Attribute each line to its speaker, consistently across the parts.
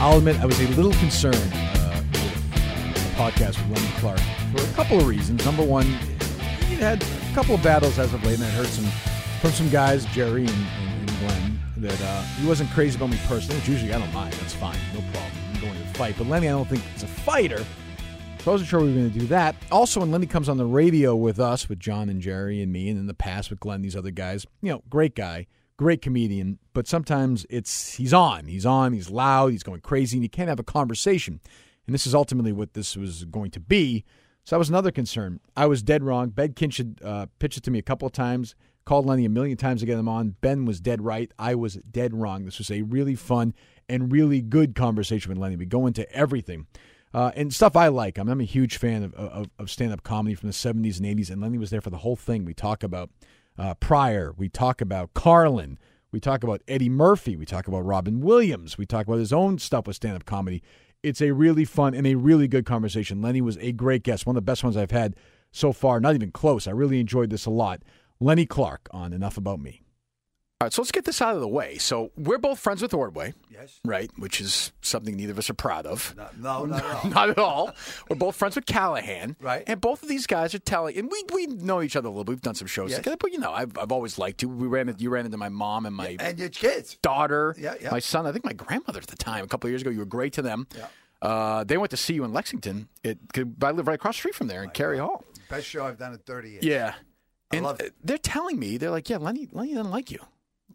Speaker 1: I'll admit I was a little concerned uh, with uh, the podcast with Lenny Clark for a couple of reasons. Number one, he had a couple of battles as of late, and I heard some from some guys, Jerry and, and, and Glenn, that uh, he wasn't crazy about me personally. Which usually I don't mind. That's fine, no problem. I'm going to fight, but Lenny, I don't think is a fighter. So I wasn't sure we were going to do that. Also, when Lenny comes on the radio with us, with John and Jerry and me, and in the past with Glenn, these other guys, you know, great guy, great comedian, but sometimes it's he's on, he's on, he's loud, he's going crazy, and you can't have a conversation. And this is ultimately what this was going to be. So that was another concern. I was dead wrong. Ben Kinch had uh, pitched it to me a couple of times, called Lenny a million times to get him on. Ben was dead right. I was dead wrong. This was a really fun and really good conversation with Lenny. We go into everything uh, and stuff I like. I mean, I'm a huge fan of, of, of stand up comedy from the 70s and 80s, and Lenny was there for the whole thing. We talk about uh, Pryor, we talk about Carlin, we talk about Eddie Murphy, we talk about Robin Williams, we talk about his own stuff with stand up comedy. It's a really fun and a really good conversation. Lenny was a great guest, one of the best ones I've had so far, not even close. I really enjoyed this a lot. Lenny Clark on Enough About Me.
Speaker 2: All right, so let's get this out of the way. So we're both friends with Ordway. Yes. Right, which is something neither of us are proud of.
Speaker 3: No, no, no.
Speaker 2: Not at all. We're both friends with Callahan.
Speaker 3: Right.
Speaker 2: And both of these guys are telling, and we, we know each other a little bit. We've done some shows
Speaker 3: Yes.
Speaker 2: together, but you know, I've, I've always liked you. We ran into, you ran into my mom and my
Speaker 3: and your kids.
Speaker 2: daughter,
Speaker 3: Yeah, yeah.
Speaker 2: my son, I think my grandmother at the time, a couple of years ago. You were great to them.
Speaker 3: Yeah.
Speaker 2: Uh, they went to see you in Lexington. It, 'cause I live right across the street from there in Cary Hall.
Speaker 3: Best show I've done in 30 years.
Speaker 2: Yeah.
Speaker 3: I
Speaker 2: And uh,
Speaker 3: love it.
Speaker 2: they're telling me, they're like, yeah, Lenny, Lenny doesn't like you.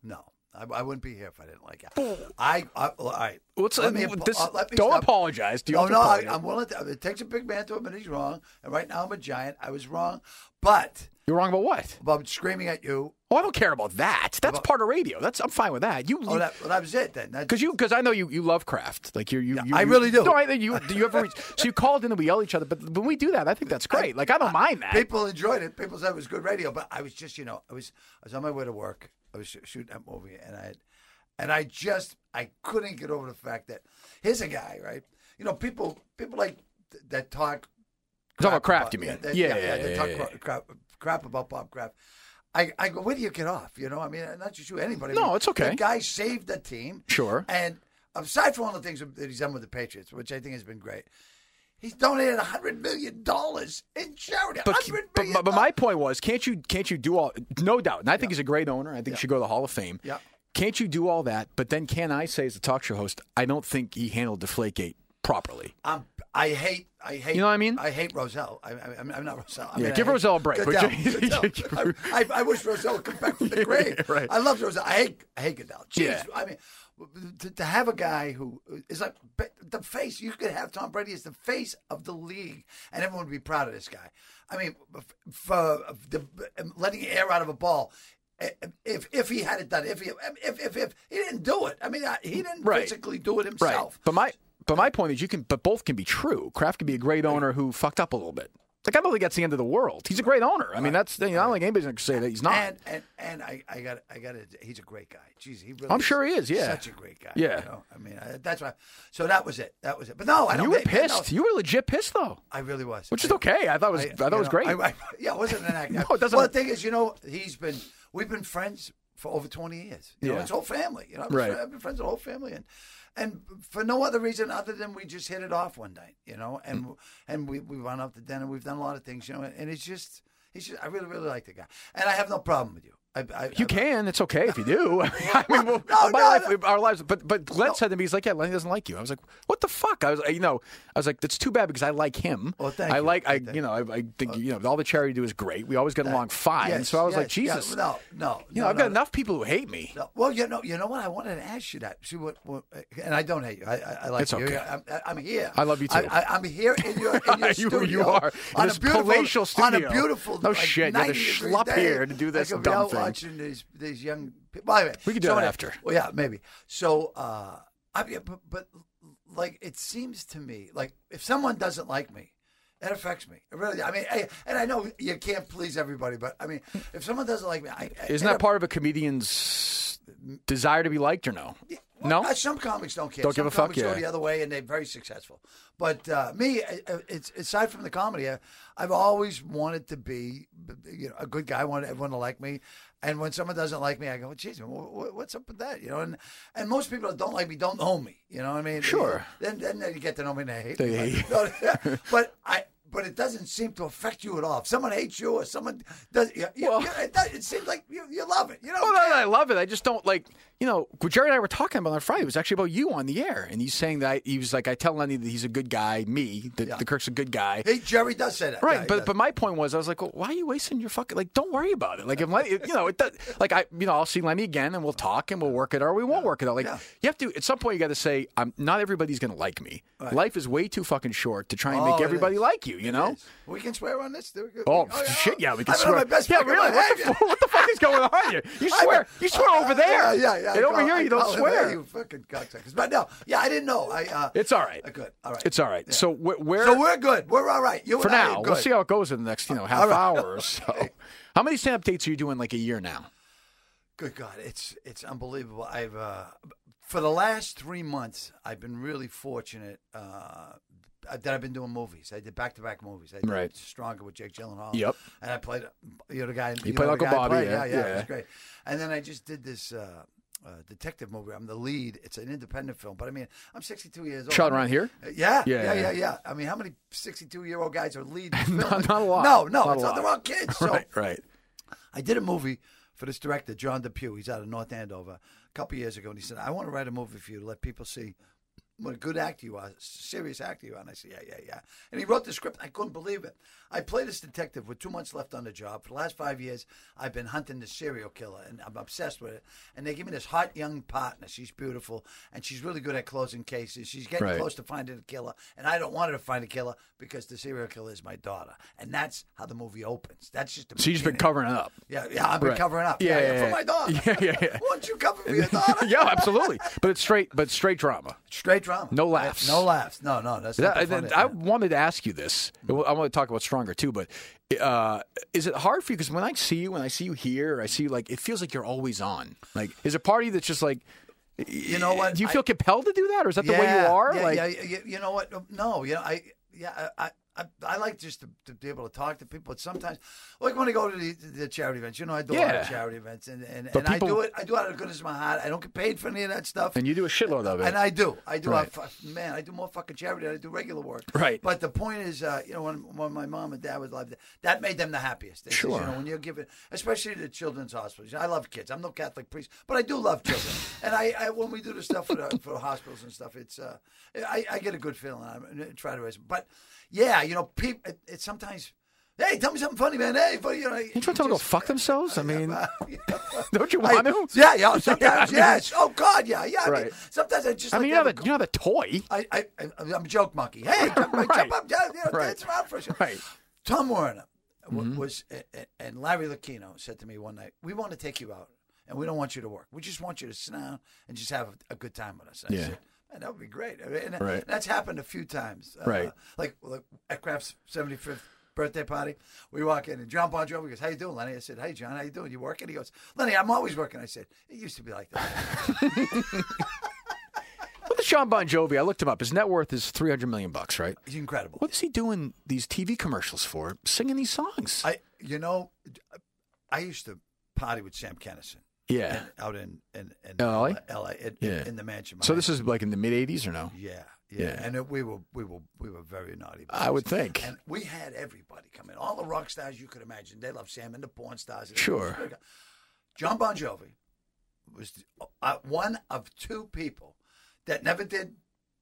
Speaker 3: No, I, I wouldn't be here if I didn't like it. I, I, all right.
Speaker 2: What's,
Speaker 3: Let me apo-
Speaker 2: this,
Speaker 3: uh, let me
Speaker 2: don't
Speaker 3: stop.
Speaker 2: apologize. Do you
Speaker 3: no,
Speaker 2: have to
Speaker 3: no, I,
Speaker 2: apologize?
Speaker 3: I'm willing to. It takes a big man to admit he's wrong, and right now I'm a giant. I was wrong, but
Speaker 2: You're wrong about what?
Speaker 3: about screaming at you.
Speaker 2: Oh, I don't care about that. That's
Speaker 3: About-
Speaker 2: part of radio. That's I'm fine with that. You,
Speaker 3: Oh, that, well, that was it then. That's,
Speaker 2: because you, because I know you, you love craft. Like you, you, you
Speaker 3: I really do.
Speaker 2: No, I think you, do you ever? so you called in and we yell at each other. But when we do that, I think that's great. like I don't mind that.
Speaker 3: people enjoyed it. People said it was good radio, but I was just, you know, I was, I was on my way to work. I was shoo- shooting that movie, and I, had, and I just, I couldn't get over the fact that here's a guy, right? You know, people, people like th- that talk
Speaker 2: Talking about craft, you
Speaker 3: about-
Speaker 2: mean?
Speaker 3: that-
Speaker 2: Yeah,
Speaker 3: yeah,
Speaker 2: yeah,
Speaker 3: they
Speaker 2: yeah,
Speaker 3: talk
Speaker 2: yeah,
Speaker 3: cra- Crap, crap about Bob Kraft. I, I go, where do you get off? You know, I mean, not just you, anybody. I
Speaker 2: No,
Speaker 3: mean,
Speaker 2: it's okay.
Speaker 3: The guy saved the team.
Speaker 2: Sure.
Speaker 3: And aside from all the things that he's done with the Patriots, which I think has been great, he's donated $100 million in charity.
Speaker 2: But,
Speaker 3: $100
Speaker 2: but,
Speaker 3: million.
Speaker 2: my- but my point was, can't you can't you do all? No doubt, and I think he's a great owner. I think he should go to the Hall of Fame.
Speaker 3: Yeah.
Speaker 2: Can't you do all that? But then, can I say as a talk show host, I don't think he handled Deflategate properly.
Speaker 3: I'm, I hate, I hate.
Speaker 2: You know what I mean?
Speaker 3: I hate Roselle. I, I, I'm, I'm not Roselle. I
Speaker 2: Yeah,
Speaker 3: mean,
Speaker 2: give
Speaker 3: I hate-
Speaker 2: Roselle a break, would
Speaker 3: Goodell,
Speaker 2: you?
Speaker 3: Goodell. I, I wish Roselle would come back from the grave.
Speaker 2: right.
Speaker 3: I love Roselle. I hate, I hate Goodell. Jeez,
Speaker 2: Yeah.
Speaker 3: I mean, to, to have a guy who is like but the face. You could have Tom Brady as the face of the league, and everyone would be proud of this guy. I mean, f- for the, um, letting air out of a ball. eh, um, If if he had it done, if he um, if if, if he didn't do it, I mean, I- he didn't
Speaker 2: Right.
Speaker 3: physically do it
Speaker 2: Right.
Speaker 3: himself.
Speaker 2: But my but my point is you can but both can be true. Kraft can be a great owner who fucked up a little bit. Like I don't think that's the end of the world. He's a great owner. I mean that's I don't think anybody's gonna say that he's not.
Speaker 3: And and and I I got I got it. He's a great guy. Jeez, he really.
Speaker 2: I'm
Speaker 3: is
Speaker 2: sure he is, yeah.
Speaker 3: such a great guy.
Speaker 2: Yeah.
Speaker 3: you know? I mean I, that's why. So that was it. That was it. But no, I don't.
Speaker 2: you were
Speaker 3: think- no,
Speaker 2: pissed. You were legit pissed though.
Speaker 3: I really was.
Speaker 2: Which is
Speaker 3: I-
Speaker 2: okay. I thought it was I, thought it
Speaker 3: you
Speaker 2: was
Speaker 3: know,
Speaker 2: great.
Speaker 3: I- I- yeah, it wasn't an act.
Speaker 2: No, it doesn't-
Speaker 3: Well, the thing is, you know, he's been we've been friends for over twenty years. You know,
Speaker 2: Yeah.
Speaker 3: his whole family. You know, I've
Speaker 2: Right.
Speaker 3: been, I've been friends with the whole family, and and for no other reason other than we just hit it off one night. You know, and
Speaker 2: Mm.
Speaker 3: and we we went out to dinner. We've done a lot of things. You know, and it's just he's just I really really like the guy, and I have no problem with you. I, I,
Speaker 2: You
Speaker 3: I-
Speaker 2: can. It's okay if you do. I mean, well,
Speaker 3: No,
Speaker 2: my
Speaker 3: no,
Speaker 2: life,
Speaker 3: no.
Speaker 2: our lives. But but Glenn said to me, he's like, yeah, Lenny doesn't like you. I was like, what the fuck? I was, you know, I was like, that's too bad because I like him.
Speaker 3: Well, thank
Speaker 2: I
Speaker 3: you.
Speaker 2: like, I,
Speaker 3: Thank
Speaker 2: you know, I, I think you know, all the charity you do is great. We always get along fine.
Speaker 3: Yes,
Speaker 2: so I was like,
Speaker 3: yes, yeah,
Speaker 2: Jesus,
Speaker 3: no, no,
Speaker 2: you know,
Speaker 3: no,
Speaker 2: I've
Speaker 3: no,
Speaker 2: got
Speaker 3: no.
Speaker 2: enough people who hate me.
Speaker 3: No. Well, you know, you know what? I wanted to ask you that. See what? what and I don't hate you. I, I, I like
Speaker 2: It's
Speaker 3: you.
Speaker 2: okay.
Speaker 3: I'm, I'm here.
Speaker 2: I love you too.
Speaker 3: I, I, I'm here in your, in your
Speaker 2: You- you
Speaker 3: studio.
Speaker 2: are. In
Speaker 3: on
Speaker 2: this
Speaker 3: a beautiful,
Speaker 2: palatial
Speaker 3: On
Speaker 2: studio.
Speaker 3: a beautiful.
Speaker 2: No
Speaker 3: like,
Speaker 2: shit, you're the
Speaker 3: 90 degree
Speaker 2: schlep
Speaker 3: day.
Speaker 2: here to do this
Speaker 3: I could be
Speaker 2: dumb
Speaker 3: out
Speaker 2: thing.
Speaker 3: Watching these these young people. Well, anyway,
Speaker 2: We could do
Speaker 3: so
Speaker 2: that
Speaker 3: anyway,
Speaker 2: after.
Speaker 3: Well, yeah, maybe. So, uh, I mean, but, but like, it seems to me like if someone doesn't like me. It affects me. It really. I mean, I, and I know you can't please everybody, but I mean, if someone doesn't like me, I,
Speaker 2: Isn't
Speaker 3: it
Speaker 2: that part of a comedian's desire to be liked or no?
Speaker 3: well,
Speaker 2: no.
Speaker 3: uh, some comics don't care.
Speaker 2: Don't
Speaker 3: some
Speaker 2: give a fuck,
Speaker 3: comics
Speaker 2: yeah.
Speaker 3: go the other way, and they're very successful. But uh, me, I- I- it's aside from the comedy, I, I've always wanted to be, you know, a good guy. I want everyone to like me. And when someone doesn't like me, I go, "Geez, wha- wha- what's up with that?" You know, and and most people that don't like me don't know me. You know what I mean?
Speaker 2: Sure.
Speaker 3: Then then they get to know me and they hate
Speaker 2: They
Speaker 3: me.
Speaker 2: hate-
Speaker 3: But, no, but I. But it doesn't seem to affect you at all. If someone hates you or someone does, you, you,
Speaker 2: Well-
Speaker 3: you- it, does, it seems like you, you love it. You know,
Speaker 2: Oh, no, no, I love it. I just don't like, you know, what Jerry and I were talking about on Friday. It was actually about you on the air. And he's saying that he was like, I tell Lenny that he's a good guy, me, that the Kirk's a good guy.
Speaker 3: Hey, Jerry does say that.
Speaker 2: Right,
Speaker 3: Yeah, he
Speaker 2: but
Speaker 3: does.
Speaker 2: but my point was, I was like, well, why are you wasting your fucking like? Don't worry about it. Like, if Lenny, you know, it does, like I, you know, I'll see Lenny again, and we'll talk, and we'll work it out, or we won't work it out. Like,
Speaker 3: Yeah.
Speaker 2: you have to at some point, you got to say, I'm not everybody's gonna like me. Life is way too fucking short to try and
Speaker 3: Oh,
Speaker 2: make
Speaker 3: it
Speaker 2: everybody
Speaker 3: is.
Speaker 2: like you. You know.
Speaker 3: We can swear on this. Do we-
Speaker 2: Oh, shit! Yeah, we can
Speaker 3: I've been
Speaker 2: swear.
Speaker 3: on my best
Speaker 2: yeah,
Speaker 3: fucking
Speaker 2: really? What
Speaker 3: life.
Speaker 2: the, fu- what the fuck is going on here? You
Speaker 3: I've
Speaker 2: swear.
Speaker 3: been-
Speaker 2: You swear
Speaker 3: uh,
Speaker 2: over there.
Speaker 3: Yeah, yeah. yeah. I
Speaker 2: And over
Speaker 3: call-
Speaker 2: here,
Speaker 3: I
Speaker 2: you don't
Speaker 3: call him
Speaker 2: swear.
Speaker 3: there, You fucking cocksuckers. But no, yeah, I didn't know. I. Uh,
Speaker 2: It's all right.
Speaker 3: uh, good. All right.
Speaker 2: It's all right.
Speaker 3: Yeah.
Speaker 2: So wh- where?
Speaker 3: So we're good. We're all right. You
Speaker 2: for
Speaker 3: and I are
Speaker 2: now, we'll
Speaker 3: good.
Speaker 2: see how it goes in the next you know half
Speaker 3: All right.
Speaker 2: hour or so. How many stand-up dates are you doing like a year now?
Speaker 3: Good God, it's it's unbelievable. I've uh, for the last three months, I've been really fortunate uh, that I've been doing movies. I did back to back movies. I did
Speaker 2: Right.
Speaker 3: Stronger with Jake Gyllenhaal.
Speaker 2: Yep.
Speaker 3: And I played you know the guy. You,
Speaker 2: played
Speaker 3: know, the
Speaker 2: Uncle
Speaker 3: guy I
Speaker 2: Bobby,
Speaker 3: played.
Speaker 2: yeah,
Speaker 3: yeah, It
Speaker 2: yeah.
Speaker 3: was great. And then I just did this. Uh, uh, detective movie. I'm the lead. It's an independent film, but I mean, I'm 62 years old. Uh,
Speaker 2: Shot around here? Yeah,
Speaker 3: Yeah, yeah, yeah,
Speaker 2: yeah.
Speaker 3: yeah, I mean, how many 62 year old guys are lead?
Speaker 2: Not- not a lot.
Speaker 3: No, no,
Speaker 2: Not a
Speaker 3: it's not the
Speaker 2: lot.
Speaker 3: wrong kids. So
Speaker 2: right, right.
Speaker 3: I did a movie for this director, John DePew. He's out of North Andover a couple years ago, and he said, "I want to write a movie for you to let people see what a good actor you are, serious actor you are." And I said, "Yeah, yeah, yeah." And he wrote the script. I couldn't believe it. I played this detective with two months left on the job. For the last five years, I've been hunting this serial killer, and I'm obsessed with it. And they give me this hot young partner. She's beautiful, and she's really good at closing cases. She's getting
Speaker 2: Right.
Speaker 3: close to finding a killer, and I don't want her to find a killer because the serial killer is my daughter. And that's how the movie opens. That's just the
Speaker 2: So you've just been
Speaker 3: beginning.
Speaker 2: covering it up.
Speaker 3: Yeah, yeah, I've been
Speaker 2: Right.
Speaker 3: covering up.
Speaker 2: Yeah,
Speaker 3: Yeah, yeah,
Speaker 2: yeah,
Speaker 3: for
Speaker 2: yeah.
Speaker 3: my daughter.
Speaker 2: Yeah, yeah, yeah.
Speaker 3: Won't you cover for your daughter?
Speaker 2: yeah, absolutely. But it's straight, but straight drama.
Speaker 3: Straight drama.
Speaker 2: No laughs.
Speaker 3: No laughs. No, no, that's
Speaker 2: That-
Speaker 3: not
Speaker 2: I,
Speaker 3: the fun
Speaker 2: I
Speaker 3: of it.
Speaker 2: wanted to ask you this. I want to talk about stronger too, but uh, is it hard for you? Because when I see you, when I see you here, I see you like it feels like you're always on. Like, is a party that's just like,
Speaker 3: You know what?
Speaker 2: do you
Speaker 3: I-
Speaker 2: feel compelled to do that, or is that the way you
Speaker 3: Yeah,
Speaker 2: are?
Speaker 3: Yeah,
Speaker 2: like,
Speaker 3: yeah, you, you know what? No, you know, I, yeah, I, I- I, I like just to, to be able to talk to people. But sometimes, like when I go to the, the charity events, you know, I do a lot
Speaker 2: Yeah.
Speaker 3: of charity events, and and,
Speaker 2: But
Speaker 3: and I
Speaker 2: people-
Speaker 3: do it. I do it out of the goodness of my heart. I don't get paid for any of that stuff.
Speaker 2: and you do a shitload of it.
Speaker 3: And I do. I do. I
Speaker 2: Right.
Speaker 3: fu- man, I do more fucking charity than I do regular work.
Speaker 2: Right.
Speaker 3: But the point is, uh, you know, when, when my mom and dad was alive, that made them the happiest. They says,
Speaker 2: Sure.
Speaker 3: you know, when you're giving, especially the children's hospitals. I love kids. I'm no Catholic priest, but I do love children. and I, I, when we do the stuff for the, for the hospitals and stuff, it's, uh, I, I get a good feeling. I try to raise them. But yeah, you know, people, it, it sometimes, hey, tell me something funny, man. Hey, funny, you know.
Speaker 2: you trying to tell them to go
Speaker 3: just-
Speaker 2: fuck themselves? I mean,
Speaker 3: you
Speaker 2: don't you
Speaker 3: I-
Speaker 2: want to?
Speaker 3: yeah, yeah. Sometimes,
Speaker 2: I mean-
Speaker 3: yes. Oh God, yeah, yeah. I mean,
Speaker 2: Right.
Speaker 3: sometimes I just.
Speaker 2: I mean,
Speaker 3: like
Speaker 2: you're
Speaker 3: to
Speaker 2: not a, you're not a toy.
Speaker 3: have a- I, I, I- I'm a joke monkey. Hey, jump,
Speaker 2: Right.
Speaker 3: jump up, jump, you know,
Speaker 2: Right.
Speaker 3: dance around for a second.
Speaker 2: Right. Mm-hmm.
Speaker 3: Tom Warner wa- was, a- a- and Larry Lucchino said to me one night, "We want to take you out, and we don't want you to work. We just want you to sit down and just have a, a good time with us." And I
Speaker 2: Yeah.
Speaker 3: said, Man, that would be great. I mean, And,
Speaker 2: Right.
Speaker 3: that's happened a few times. Uh,
Speaker 2: Right.
Speaker 3: Like, like at Kraft's 75th birthday party, we walk in and John Bon Jovi goes, "How you doing, Lenny?" I said, "Hey, John, how you doing? You working?" He goes, "Lenny, I'm always working." I said, "It used to be like that."
Speaker 2: Well, Sean Bon Jovi, I looked him up. His net worth is three hundred million bucks, right?
Speaker 3: He's incredible.
Speaker 2: What is he doing these TV commercials for? Singing these songs?
Speaker 3: I, you know, I used to party with Sam Kennison
Speaker 2: yeah.
Speaker 3: in- out in in, in
Speaker 2: LA?
Speaker 3: LA, in,
Speaker 2: Yeah.
Speaker 3: in the mansion.
Speaker 2: So this is like in the mid '80s, or no?
Speaker 3: yeah, yeah,
Speaker 2: Yeah.
Speaker 3: and it, we were we were we were very naughty.
Speaker 2: I would think.
Speaker 3: And we had everybody come in, all the rock stars you could imagine. They loved Sam and the porn stars. And
Speaker 2: Sure.
Speaker 3: John Bon Jovi was uh, one of two people that never did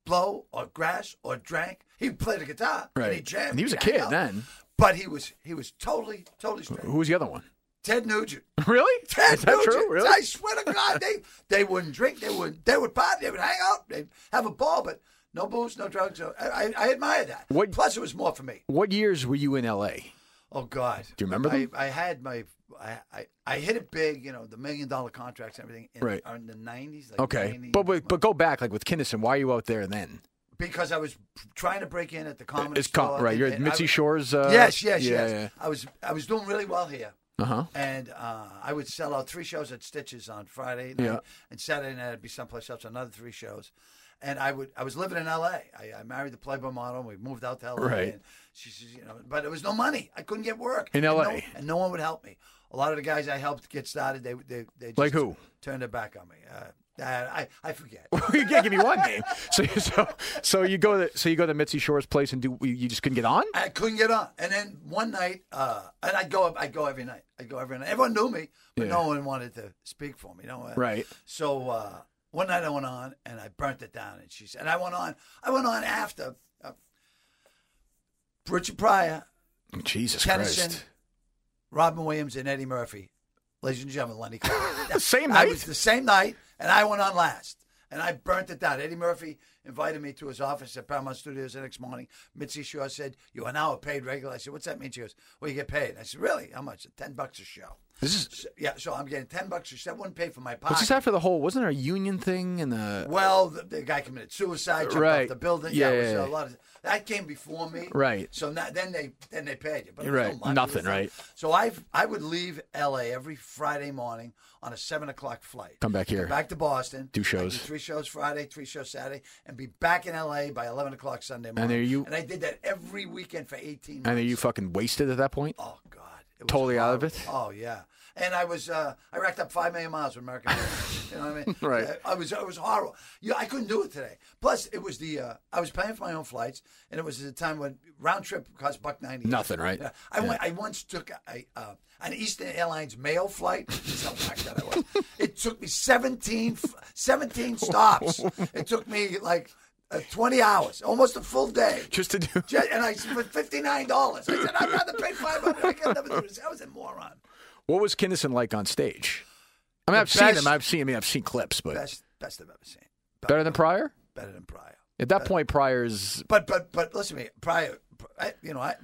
Speaker 3: blow or grass or drank. He played the guitar and he
Speaker 2: Right.
Speaker 3: jammed.
Speaker 2: And he was a
Speaker 3: and hung
Speaker 2: kid
Speaker 3: out.
Speaker 2: then.
Speaker 3: but he was he was totally totally straight.
Speaker 2: Who was the other one?
Speaker 3: Ted Nugent.
Speaker 2: Really?
Speaker 3: Ted
Speaker 2: Is that
Speaker 3: Nugent.
Speaker 2: true? Really?
Speaker 3: I swear to God, they they wouldn't drink. They would they would party. They would hang out. They would have a ball, but no booze, no drugs. no- I, I, I admire that.
Speaker 2: What-
Speaker 3: Plus, it was more for me.
Speaker 2: What years were you in L.A.?
Speaker 3: Oh God!
Speaker 2: Do you remember them?
Speaker 3: I, I had my I, I I hit it big. You know the million dollar contracts and everything. In,
Speaker 2: Right.
Speaker 3: In the nineties. Like
Speaker 2: Okay,
Speaker 3: 90,
Speaker 2: but but, but go back like with Kinnison. Why are you out there then?
Speaker 3: because I was trying to break in at the comedy
Speaker 2: it's com-
Speaker 3: store,
Speaker 2: right.
Speaker 3: and-
Speaker 2: You're at
Speaker 3: and
Speaker 2: Mitzi
Speaker 3: I-
Speaker 2: Shore's. Uh,
Speaker 3: yes, yes,
Speaker 2: yeah,
Speaker 3: yes. I was I was doing really well here.
Speaker 2: Uh huh.
Speaker 3: and uh, I would sell out three shows at Stitches on Friday night,
Speaker 2: Yeah.
Speaker 3: and Saturday night I'd be someplace else, another three shows. And I would I was living in L.A. I, I married the Playboy model. and We moved out to L.A.
Speaker 2: Right.
Speaker 3: And she says, you know, but it was no money. I couldn't get work
Speaker 2: In
Speaker 3: And no-
Speaker 2: LA?
Speaker 3: and no one would help me. A lot of the guys I helped get started, they they they just
Speaker 2: Like who?
Speaker 3: turned their back on me. Uh, I I forget.
Speaker 2: you can't give me one name. So so so you go to so you go to Mitzi Shore's place and do you- you just couldn't get on?
Speaker 3: I couldn't get on. And then one night, uh, and I'd go up, I'd go every night. I'd go every night. Everyone knew me, but
Speaker 2: Yeah.
Speaker 3: no one wanted to speak for me. You know?
Speaker 2: Right.
Speaker 3: So uh, one night I went on and I burnt it down. And she said, and I went on, I went on after uh, Richard Pryor,
Speaker 2: Jesus
Speaker 3: Tennyson,
Speaker 2: Christ!
Speaker 3: Robin Williams, and Eddie Murphy. Ladies and gentlemen, Lenny Clark.
Speaker 2: The same
Speaker 3: I
Speaker 2: night?
Speaker 3: was the same night, and I went on last. And I burnt it down. Eddie Murphy invited me to his office at Paramount Studios the next morning. Mitzi Shaw said, You are now a paid regular. I said, What's that mean? She goes, Well, you get paid. I said, Really? How much? Ten bucks a show.
Speaker 2: This is
Speaker 3: So- yeah, so I'm getting ten bucks a show. That wouldn't pay for my
Speaker 2: was
Speaker 3: pocket.
Speaker 2: this after the whole wasn't there a union thing and the
Speaker 3: well, the, the guy committed suicide, jumped off
Speaker 2: Right.
Speaker 3: the building.
Speaker 2: Yeah,
Speaker 3: it was
Speaker 2: yeah,
Speaker 3: a
Speaker 2: yeah.
Speaker 3: lot of that came before me.
Speaker 2: Right.
Speaker 3: So now, then they then they paid you, but it
Speaker 2: Right.
Speaker 3: was no money,
Speaker 2: Nothing,
Speaker 3: it was
Speaker 2: right.
Speaker 3: So I I would leave L.A. every Friday morning on a seven o'clock flight.
Speaker 2: Come back here.
Speaker 3: back to Boston.
Speaker 2: Do
Speaker 3: I'd
Speaker 2: shows.
Speaker 3: three shows Friday, three shows Saturday, and be back in L.A. by eleven o'clock Sunday morning.
Speaker 2: are you-
Speaker 3: And I did that every weekend for eighteen. months.
Speaker 2: and are you fucking wasted at that point?
Speaker 3: Oh God! It was
Speaker 2: Totally out of it?
Speaker 3: horrible. Oh yeah, and I was uh, I racked up five million miles with American. Airlines. you know what I mean?
Speaker 2: Right.
Speaker 3: I, I was I was horrible. You, I couldn't do it today. Plus, it was the uh, I was paying for my own flights, and it was at a time when round trip cost buck ninety.
Speaker 2: Nothing, right?
Speaker 3: Yeah. I went. I once took a, uh, an Eastern Airlines mail flight. That's how whacked that I was. It took me 17, f- 17 stops. It took me like uh, twenty hours, almost a full day.
Speaker 2: Just to do.
Speaker 3: Ju- and I said, for fifty nine dollars. I said, I'd rather pay five hundred. I could never do this. I was a moron.
Speaker 2: What was Kinnison like on stage? I mean, I've seen
Speaker 3: best-
Speaker 2: him. I've seen. I mean, I've seen clips, but
Speaker 3: Best, best I've ever seen.
Speaker 2: better than Pryor.
Speaker 3: Better than Pryor.
Speaker 2: At that point, Pryor's
Speaker 3: But but but listen to me, Pryor. I, you know, I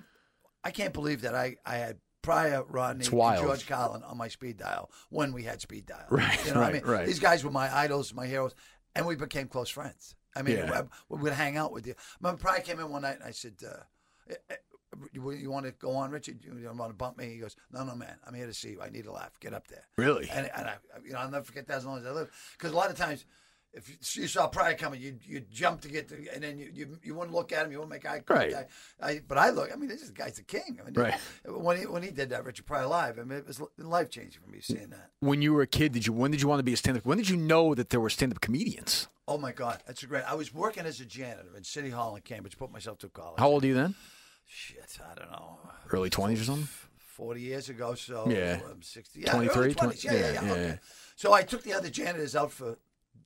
Speaker 3: I can't believe that I I had Pryor, Rodney,
Speaker 2: It's
Speaker 3: and
Speaker 2: wild.
Speaker 3: George Collin on my speed dial when we had speed dial.
Speaker 2: Right,
Speaker 3: You know
Speaker 2: right,
Speaker 3: what I mean?
Speaker 2: right.
Speaker 3: These guys were my idols, my heroes, and we became close friends. I mean,
Speaker 2: Yeah.
Speaker 3: we, we would hang out with you. When Pryor came in one night, and I said. Uh, eh, eh, you, you want to go on, Richard? You, you want to bump me? He goes, No, no, man. I'm here to see you. I need a laugh. Get up there.
Speaker 2: Really?
Speaker 3: And, and I, you know, I'll never forget that as long as I live. Because a lot of times, if you, you saw Pryor coming, you you jump to get, to, and then you, you you wouldn't look at him, you wouldn't make eye contact.
Speaker 2: Right.
Speaker 3: I, but I look. I mean, this guy's a king. I mean,
Speaker 2: Right.
Speaker 3: When he when he did that, Richard Pryor live. I mean, it was life changing for me seeing that.
Speaker 2: when you were a kid, did you when did you want to be a stand up? When did you know that there were stand up comedians?
Speaker 3: Oh my God, that's great. I was working as a janitor in City Hall in Cambridge. Put myself through college.
Speaker 2: How old are you then?
Speaker 3: Shit, I don't know.
Speaker 2: Early twenties or something?
Speaker 3: 40 years ago, so
Speaker 2: Yeah.
Speaker 3: um, 60, yeah,
Speaker 2: 23,
Speaker 3: early 20s, yeah, yeah, yeah,
Speaker 2: yeah, yeah,
Speaker 3: okay.
Speaker 2: yeah.
Speaker 3: So I took the other janitors out for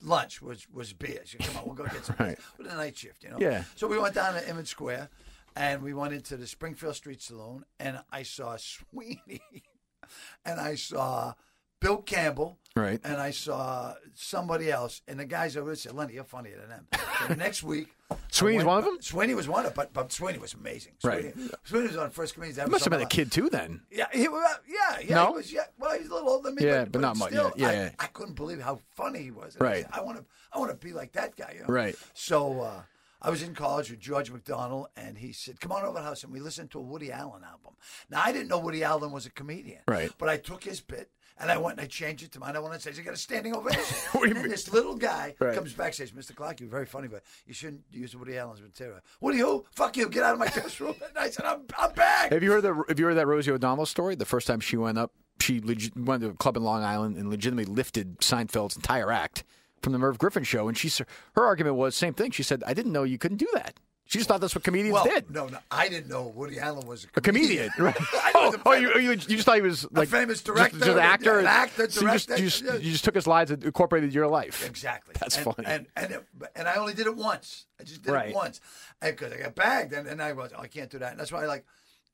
Speaker 3: lunch, was was beers. You come on, we'll go get some
Speaker 2: Right.
Speaker 3: beers. With a night shift, you know.
Speaker 2: Yeah.
Speaker 3: So we went down to Emmett Square, and we went into the Springfield Street Saloon, and I saw Sweeney, and I saw Bill Campbell,
Speaker 2: Right.
Speaker 3: and I saw somebody else, and the guys over there said, "Lenny, you're funnier than them." So next week, I
Speaker 2: Sweeney's
Speaker 3: went-
Speaker 2: one of them?
Speaker 3: Sweeney was one of, but but Sweeney was amazing.
Speaker 2: Right.
Speaker 3: Sweeney, Sweeney was on first comedians. Ever
Speaker 2: You must have
Speaker 3: Saw
Speaker 2: been a
Speaker 3: Live.
Speaker 2: kid too then.
Speaker 3: Yeah, he was. Yeah, yeah.
Speaker 2: No?
Speaker 3: He was, yeah, well, he's a little older than me.
Speaker 2: Yeah,
Speaker 3: but,
Speaker 2: but not much,
Speaker 3: Still,
Speaker 2: yeah,
Speaker 3: I,
Speaker 2: yeah, yeah.
Speaker 3: I couldn't believe how funny he was.
Speaker 2: Right.
Speaker 3: I want to. I want to be like that guy. You know?
Speaker 2: Right.
Speaker 3: So uh, I was in college with George McDonald, and he said, "Come on over to the house," and we listened to a Woody Allen album. Now I didn't know Woody Allen was a comedian.
Speaker 2: Right.
Speaker 3: But I took his bit. And I went and I changed it to mine. I went on stage. I got a standing ovation.
Speaker 2: What do you
Speaker 3: and
Speaker 2: mean?
Speaker 3: this little guy
Speaker 2: Right.
Speaker 3: comes backstage. Mr. Clark, you're very funny, but you shouldn't use Woody Allen's material. Woody, who? Fuck you. Get out of my classroom. And I said, I'm, I'm back.
Speaker 2: Have you heard the have you heard that Rosie O'Donnell story? The first time she went up, she legit, went to a club in Long Island and legitimately lifted Seinfeld's entire act from the Merv Griffin show. And she sur- her argument was same thing. She said, "I didn't know you couldn't do that." She just thought that's what comedians
Speaker 3: Well,
Speaker 2: did.
Speaker 3: no, no, I didn't know Woody Allen was
Speaker 2: A comedian, right?
Speaker 3: I know
Speaker 2: oh,
Speaker 3: the
Speaker 2: oh, you, you, you just thought he was like
Speaker 3: famous
Speaker 2: just-
Speaker 3: director,
Speaker 2: just, an actor,
Speaker 3: an actor,
Speaker 2: So you just, you
Speaker 3: director,
Speaker 2: just-
Speaker 3: yeah.
Speaker 2: you just took his lines and incorporated your life.
Speaker 3: Exactly.
Speaker 2: That's
Speaker 3: and,
Speaker 2: funny.
Speaker 3: And and it, and I only did it once. I just did
Speaker 2: Right.
Speaker 3: it once because I got bagged, and, and I was oh, I can't do that. And that's why like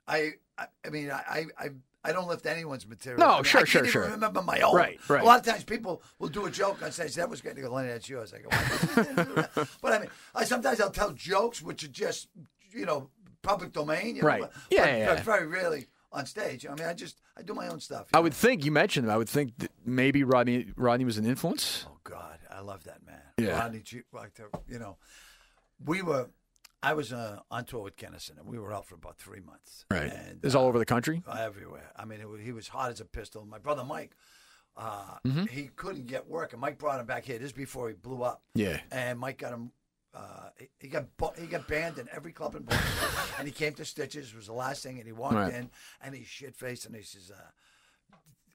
Speaker 3: I I, I mean I, I I I don't lift anyone's material.
Speaker 2: No,
Speaker 3: I mean,
Speaker 2: sure,
Speaker 3: I can't
Speaker 2: sure,
Speaker 3: even
Speaker 2: sure.
Speaker 3: Remember my own.
Speaker 2: Right, right.
Speaker 3: A lot of times people will do a joke on stage. That was great. They go, Lenny, that's yours. I go, "Why?" but I mean, I, sometimes I'll tell jokes which are just you know public domain. You know,
Speaker 2: Right.
Speaker 3: but-
Speaker 2: Yeah,
Speaker 3: but,
Speaker 2: yeah,
Speaker 3: but
Speaker 2: yeah.
Speaker 3: very rarely on stage. I mean, I just I do my own stuff. you
Speaker 2: I
Speaker 3: know?
Speaker 2: would think you mentioned him. I would think that maybe Rodney Rodney was an influence.
Speaker 3: Oh God, I love that man.
Speaker 2: Yeah.
Speaker 3: Rodney G, like the, you know, we were. I was uh, on tour with Kennison, and we were out for about three months.
Speaker 2: it
Speaker 3: and
Speaker 2: was all over the country.
Speaker 3: everywhere. I mean, it was, he was hot as a pistol. My brother Mike, uh, he couldn't get work, and Mike brought him back here. This is before he blew up.
Speaker 2: Yeah.
Speaker 3: and Mike got him. Uh, he- he got bu- he got banned in every club in Boston, and he came to Stitches. Was the last thing, and he walked
Speaker 2: Right.
Speaker 3: in, and he shit faced, and he says. Uh,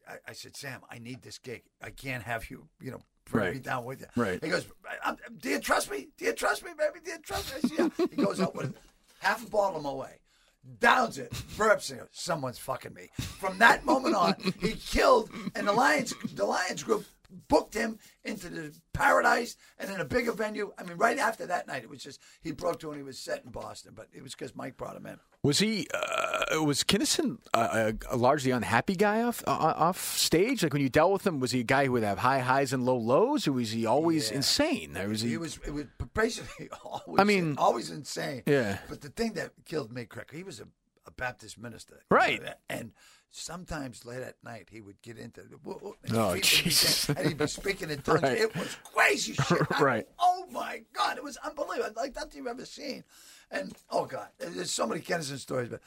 Speaker 3: I, I said, Sam, I need this gig. I can't have you, you know, bring
Speaker 2: Right.
Speaker 3: me down with you.
Speaker 2: Right.
Speaker 3: He goes, I, I, do you trust me? Do you trust me, baby? Do you trust me? I said, yeah. he goes out with half a bottle of Moet, downs it, burps, and goes, someone's fucking me. From that moment on, he killed, and the Lions, the Lions group booked him into the paradise and in a bigger venue. I mean, right after that night, it was just, he broke through and he was set in Boston, but it was because Mike brought him in.
Speaker 2: Was he? Uh, was Kinnison a, a, a largely unhappy guy off uh, off stage? Like when you dealt with him, was he a guy who would have high highs and low lows, or was he always insane? Or was he?
Speaker 3: He was it was basically always
Speaker 2: Mm-hmm. I mean-
Speaker 3: always insane.
Speaker 2: Yeah.
Speaker 3: But the thing that killed me, Crick, he was a, a Baptist minister,
Speaker 2: Right.
Speaker 3: And sometimes late at night he would get into the, woo- woo-
Speaker 2: Oh,
Speaker 3: and he'd be
Speaker 2: Jesus.
Speaker 3: saying- and he'd be speaking in tongues.
Speaker 2: Right.
Speaker 3: It was crazy shit. I-
Speaker 2: Right.
Speaker 3: oh my God, it was unbelievable, like nothing you've ever seen. And oh God, there's so many Kennison stories, but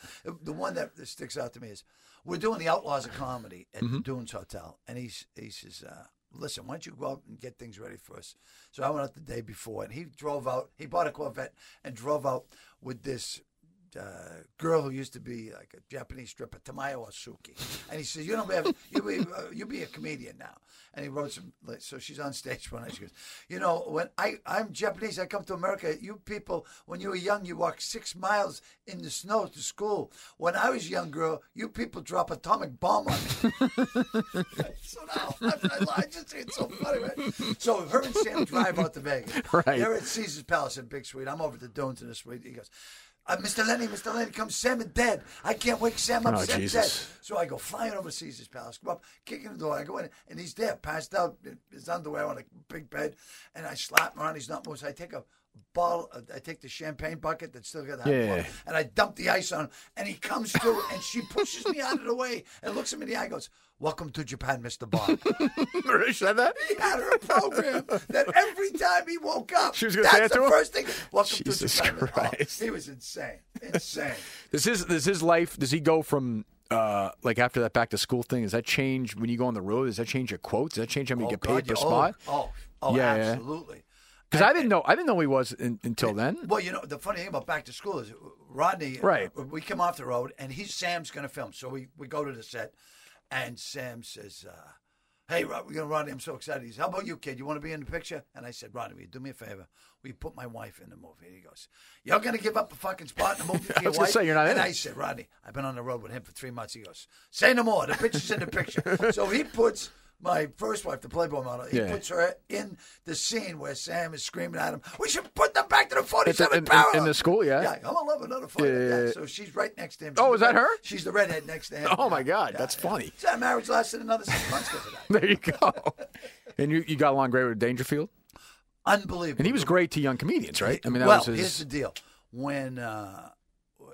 Speaker 3: the one that sticks out to me is we're doing the Outlaws of Comedy at
Speaker 2: Mm-hmm.
Speaker 3: the Dunes Hotel, and he's he says, uh, "Listen, why don't you go out and get things ready for us?" So I went out the day before, and he drove out. He bought a Corvette and drove out with this uh, girl who used to be like a Japanese stripper, Tamayo Asuki, and he says, "You don't have you be uh, you be a comedian now." And he wrote some. like, So she's on stage one night. She goes, "You know, when I I'm Japanese, I come to America. You people, when you were young, you walked six miles in the snow to school. When I was a young girl, you people drop atomic bomb on me." So now, I, I, I just think it's so funny, right? So her and Sam drive out to Vegas.
Speaker 2: Right.
Speaker 3: They're at Caesar's Palace in Big Suite. I'm over at the Dunes in the suite. He goes, uh, Mr. Lenny, Mr. Lenny, come. Sam is dead. I can't wake Sam up.
Speaker 2: Oh,
Speaker 3: Sam's
Speaker 2: Jesus.
Speaker 3: dead. So I go flying over to Caesar's Palace, come up, kicking the door. I go in, and he's there, passed out in his underwear on a big bed. And I slap him around. He's not moving. So I take a bottle, uh, I take the champagne bucket that's still got the hot
Speaker 2: Yeah.
Speaker 3: water, and I dump the ice on him. And he comes through, and she pushes me out of the way and looks at me in the eye and goes, Welcome to Japan, Mr. Bond.
Speaker 2: said that.
Speaker 3: He had her program that every time he woke up,
Speaker 2: She was gonna
Speaker 3: that's
Speaker 2: say it to
Speaker 3: the
Speaker 2: him?
Speaker 3: first thing. Welcome
Speaker 2: Jesus
Speaker 3: to Japan. Oh,
Speaker 2: Christ.
Speaker 3: he was insane, insane.
Speaker 2: Does his does his life does he go from uh, like after that back to school thing? Does that change when you go on the road? Does that change your quotes? Does that change how many
Speaker 3: oh,
Speaker 2: you get
Speaker 3: God,
Speaker 2: paid per
Speaker 3: you- oh,
Speaker 2: spot?
Speaker 3: Oh, oh,
Speaker 2: Yeah, yeah.
Speaker 3: absolutely.
Speaker 2: Because I didn't know I didn't know he was in, until then.
Speaker 3: Well, you know, the funny thing about back to school is Rodney.
Speaker 2: Right.
Speaker 3: uh, We come off the road, and he's Sam's going to film. So we, we go to the set, and Sam says, uh, "Hey, Rod, we're going to Rodney. I'm so excited." He says, "How about you, kid? You want to be in the picture?" And I said, "Rodney, will you do me a favor? We put my wife in the movie." And he goes, "You're going to give up a fucking spot in the movie to your
Speaker 2: was gonna
Speaker 3: wife?"
Speaker 2: say, you're not
Speaker 3: and
Speaker 2: in
Speaker 3: I
Speaker 2: it.
Speaker 3: said, "Rodney, I've been on the road with him for three months." He goes, "Say no more. The bitch is in the picture." so he puts. My first wife, the Playboy model, he
Speaker 2: Yeah.
Speaker 3: puts her in the scene where Sam is screaming at him, "We should put them back to the 40
Speaker 2: At the-
Speaker 3: Seven
Speaker 2: in- in-
Speaker 3: parallel.
Speaker 2: in the school, yeah?
Speaker 3: Yeah, I'm in love with another fighter. Yeah, So she's right next to him.
Speaker 2: Oh,
Speaker 3: She's
Speaker 2: is
Speaker 3: the
Speaker 2: that
Speaker 3: red-
Speaker 2: her?
Speaker 3: She's the redhead next to him.
Speaker 2: Oh, my
Speaker 3: Yeah,
Speaker 2: God,
Speaker 3: yeah,
Speaker 2: that's
Speaker 3: yeah.
Speaker 2: funny.
Speaker 3: So our marriage lasted another six months because of that.
Speaker 2: There you go. and you, you got along great with Dangerfield,
Speaker 3: Unbelievable.
Speaker 2: and he was great to young comedians, right? I mean, that
Speaker 3: well,
Speaker 2: was
Speaker 3: here's
Speaker 2: his.
Speaker 3: the deal. When uh,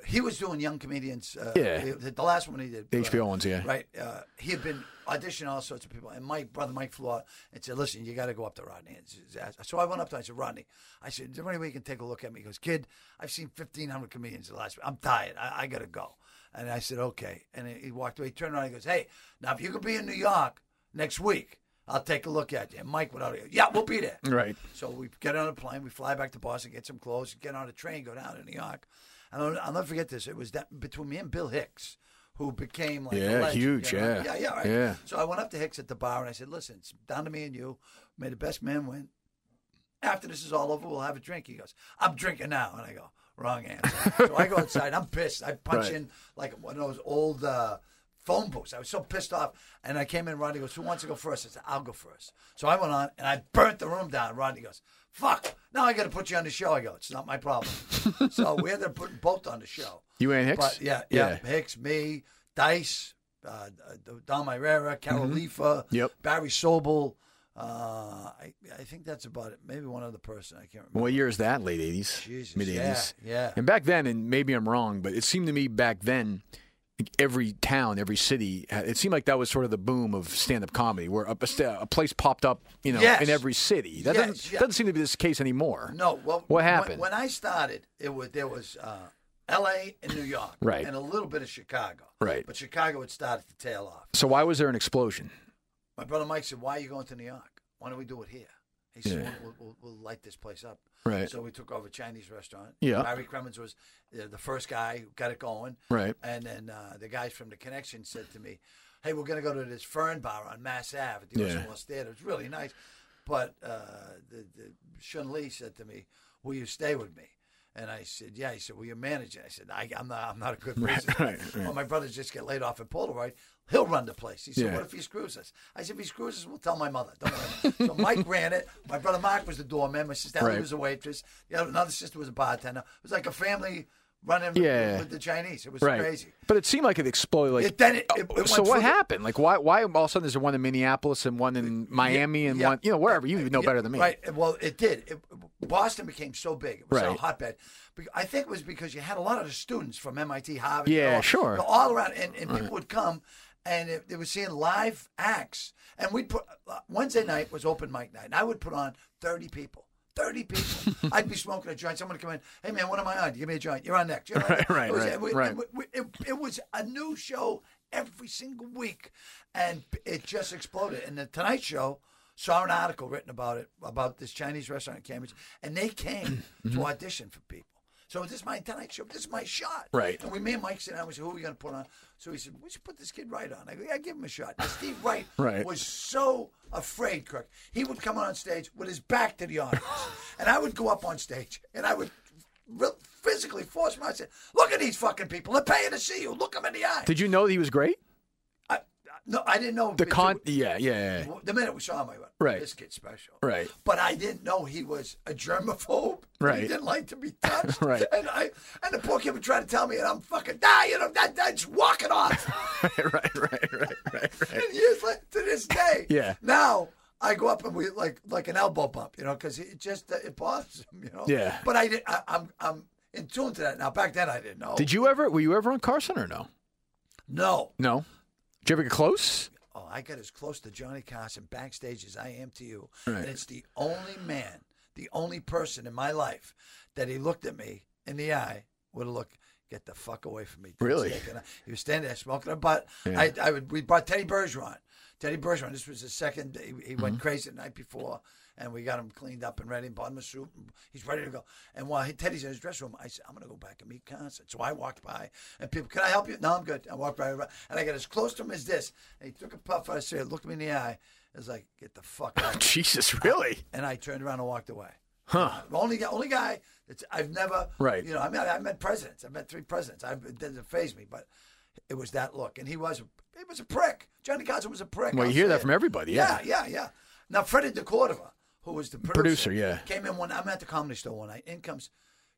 Speaker 3: he was doing young comedians, uh,
Speaker 2: Yeah.
Speaker 3: the, the last one he did,
Speaker 2: The HBO
Speaker 3: uh,
Speaker 2: ones, yeah.
Speaker 3: right. Uh, he had been auditioning all sorts of people, and my brother Mike flew out and said, "Listen, you got to go up to Rodney." And s- s- So I went up to him. I said, "Rodney, I said, is there any way you can take a look at me?" He goes, "Kid, I've seen fifteen hundred comedians the last. I'm tired. I, I got to go." And I said, "Okay." And he he walked away. He turned around. and He goes, "Hey, now if you could be in New York next week." I'll take a look at you. And Mike went out. he goes, Yeah, we'll be there.
Speaker 2: Right.
Speaker 3: So we get on a plane, we fly back to Boston, get some clothes, get on a train, go down to New York. And I'll, I'll never forget this. It was that between me and Bill Hicks, who became like a
Speaker 2: Yeah,
Speaker 3: legend,
Speaker 2: huge,
Speaker 3: you know?
Speaker 2: yeah.
Speaker 3: yeah, yeah, right.
Speaker 2: Yeah.
Speaker 3: So I went up to Hicks at the bar and I said, "Listen, it's down to me and you. May the best man win. After this is all over, we'll have a drink." He goes, "I'm drinking now," and I go. Wrong answer. so I go outside. I'm pissed. I punch
Speaker 2: Right.
Speaker 3: in like one of those old uh, phone booths. I was so pissed off. And I came in. Rodney goes, "Who wants to go first? I said, "I'll go first. So I went on and I burnt the room down. Rodney goes, "Fuck! Now I got to put you on the show." I go, "It's not my problem." so we ended up putting both on the show.
Speaker 2: You and Hicks?
Speaker 3: But yeah, yeah, Hicks, me, Dice, uh, Don Myrera, Carol Leifa,
Speaker 2: Mm-hmm. Yep.
Speaker 3: Barry Sobel. Uh, I I think that's about it. Maybe one other person I can't remember.
Speaker 2: What year is that? Late 80s?
Speaker 3: Jesus,
Speaker 2: Mid 80s?
Speaker 3: yeah, yeah.
Speaker 2: And back then, and maybe I'm wrong, but it seemed to me back then, like, every town, every city, had- it seemed like that was sort of the boom of stand up comedy, where a, a sta- a place popped up you know,
Speaker 3: Yes.
Speaker 2: in every city. That
Speaker 3: Yes,
Speaker 2: doesn't,
Speaker 3: yeah.
Speaker 2: doesn't seem to be this case anymore.
Speaker 3: No, well,
Speaker 2: What
Speaker 3: when-
Speaker 2: happened?
Speaker 3: When, I started, it was there was uh, L.A. and New York,
Speaker 2: Right.
Speaker 3: and a little bit of Chicago,
Speaker 2: Right.
Speaker 3: But Chicago had started to tail off.
Speaker 2: so why was there an explosion?
Speaker 3: My brother Mike said, "Why are you going to New York? Why don't we do it here?" He said,
Speaker 2: Yeah.
Speaker 3: we'll, we'll, "We'll light this place up."
Speaker 2: Right.
Speaker 3: So we took over a Chinese restaurant.
Speaker 2: Yeah.
Speaker 3: Barry Cremins was uh, the first guy who got it going.
Speaker 2: Right.
Speaker 3: And then uh, the guys from the Connection said to me, "Hey, we're going to go to this Fern Bar on Mass Ave at the
Speaker 2: Yeah.
Speaker 3: Ocean Wall Theater. It's really nice." But uh, the, the Shun Lee said to me, "Will you stay with me?" And I said, "Yeah." He said, "Will you manage it?" I said, I, "I'm not. I'm not a good person.
Speaker 2: right, right.
Speaker 3: Well, my brother just get laid off at Polaroid. He'll run the place." He said,
Speaker 2: Yeah.
Speaker 3: "What if he screws us?" I said, "If he screws us, we'll tell my mother." Don't worry. so Mike ran it. My brother Mark was the doorman. My sister Ellie
Speaker 2: Right.
Speaker 3: was a waitress. The other, another sister was a bartender. It was like a family running
Speaker 2: Yeah.
Speaker 3: with, with the Chinese. It was
Speaker 2: Right.
Speaker 3: crazy.
Speaker 2: But it seemed like it exploded. Like,
Speaker 3: It- then it- it- it
Speaker 2: Oh,
Speaker 3: went
Speaker 2: so what
Speaker 3: further.
Speaker 2: happened? Like, why, why all of a sudden there's one in Minneapolis and one in Miami and
Speaker 3: yeah.
Speaker 2: one, you know, wherever? You know
Speaker 3: Yeah,
Speaker 2: better than me.
Speaker 3: Right. Well, it did. It, Boston became so big. It was a
Speaker 2: Right.
Speaker 3: hotbed. Be- I think it was because you had a lot of the students from MIT, Harvard.
Speaker 2: Yeah,
Speaker 3: all,
Speaker 2: sure. Mm.
Speaker 3: All around. And, and people would come and it, they were seeing live acts. And we'd put, uh, Wednesday night was open mic night. And I would put on 30 people. 30 people. I'd be smoking a joint. Someone would come in. Hey, man, what am I on? Give me a joint. You're on next. You're on
Speaker 2: Right,
Speaker 3: next."
Speaker 2: right,
Speaker 3: It was-
Speaker 2: right,
Speaker 3: it was-
Speaker 2: right.
Speaker 3: it was- we- it, it was a new show every single week, and it just exploded. And the Tonight Show saw an article written about it about this Chinese restaurant in Cambridge, and they came
Speaker 2: Mm-hmm.
Speaker 3: to audition for people. So this is my Tonight Show. This is my shot.
Speaker 2: Right.
Speaker 3: And we, me and Mike sit down. We said, "Who are we going to put on?" So he said, "We should put this kid Wright on." I go, "Yeah, give him a shot." And Steve Wright
Speaker 2: Right.
Speaker 3: was so afraid, Kirk. He would come on stage with his back to the audience, and I would go up on stage, and I would re- physically force myself. Look at these fucking people. They're paying to see you. Look them in the eye.
Speaker 2: Did you know that he was great?
Speaker 3: I, I- no, I didn't know
Speaker 2: The con, yeah, yeah, yeah.
Speaker 3: The minute we saw him, I went,
Speaker 2: Right.
Speaker 3: "This kid's special."
Speaker 2: Right.
Speaker 3: But I didn't know he was a germaphobe.
Speaker 2: Right.
Speaker 3: He didn't like to be touched.
Speaker 2: Right.
Speaker 3: And I and the poor kid would try to tell me, and I'm fucking, nah, you know, that that's walking off.
Speaker 2: right, right, right, right, right, right.
Speaker 3: and years later, to this day,
Speaker 2: Yeah.
Speaker 3: Now I go up and we like like an elbow bump, you know, because it just it bothers him, you know.
Speaker 2: Yeah.
Speaker 3: But I did. I, I'm I'm in tune to that now. Back then, I didn't know.
Speaker 2: Did you ever? Were you ever on Carson or no?
Speaker 3: No.
Speaker 2: No. Did you ever get close?
Speaker 3: Oh, I got as close to Johnny Carson backstage as I am to you.
Speaker 2: Right.
Speaker 3: And it's the only man, the only person in my life that he looked at me in the eye with a look, get the fuck away from me. Dick
Speaker 2: Really?
Speaker 3: Snake." And I- he was standing there smoking a butt.
Speaker 2: Yeah.
Speaker 3: I, I would, we brought Teddy Bergeron. Teddy Bergeron, this was his second day. He went crazy the night before, and we got him cleaned up and ready, bought him a suit. and He's ready to go. And while he, Teddy's in his dressing room, I said, I'm going to go back and meet Constant. So I walked by, and people, can I help you? No, I'm good. I walked by, by- and I got as close to him as this. And he took a puff out of his cigarette, looked me in the eye. It was like, get the fuck out.
Speaker 2: Jesus, really?
Speaker 3: and I turned around and walked away.
Speaker 2: Huh?
Speaker 3: The only guy, only guy that's I've never
Speaker 2: Right.
Speaker 3: You know, I mean, I, I met presidents. I met three presidents. I, it doesn't phase me, but it was that look, and he was he was a prick. Johnny Carson was a prick.
Speaker 2: Well, you
Speaker 3: I'll
Speaker 2: hear
Speaker 3: say
Speaker 2: that
Speaker 3: it.
Speaker 2: from everybody, yeah.
Speaker 3: yeah, yeah, yeah. Now Freddie DeCordova, who was the
Speaker 2: Producer,
Speaker 3: producer,
Speaker 2: yeah.
Speaker 3: came in one. I'm at the comedy store one night. In comes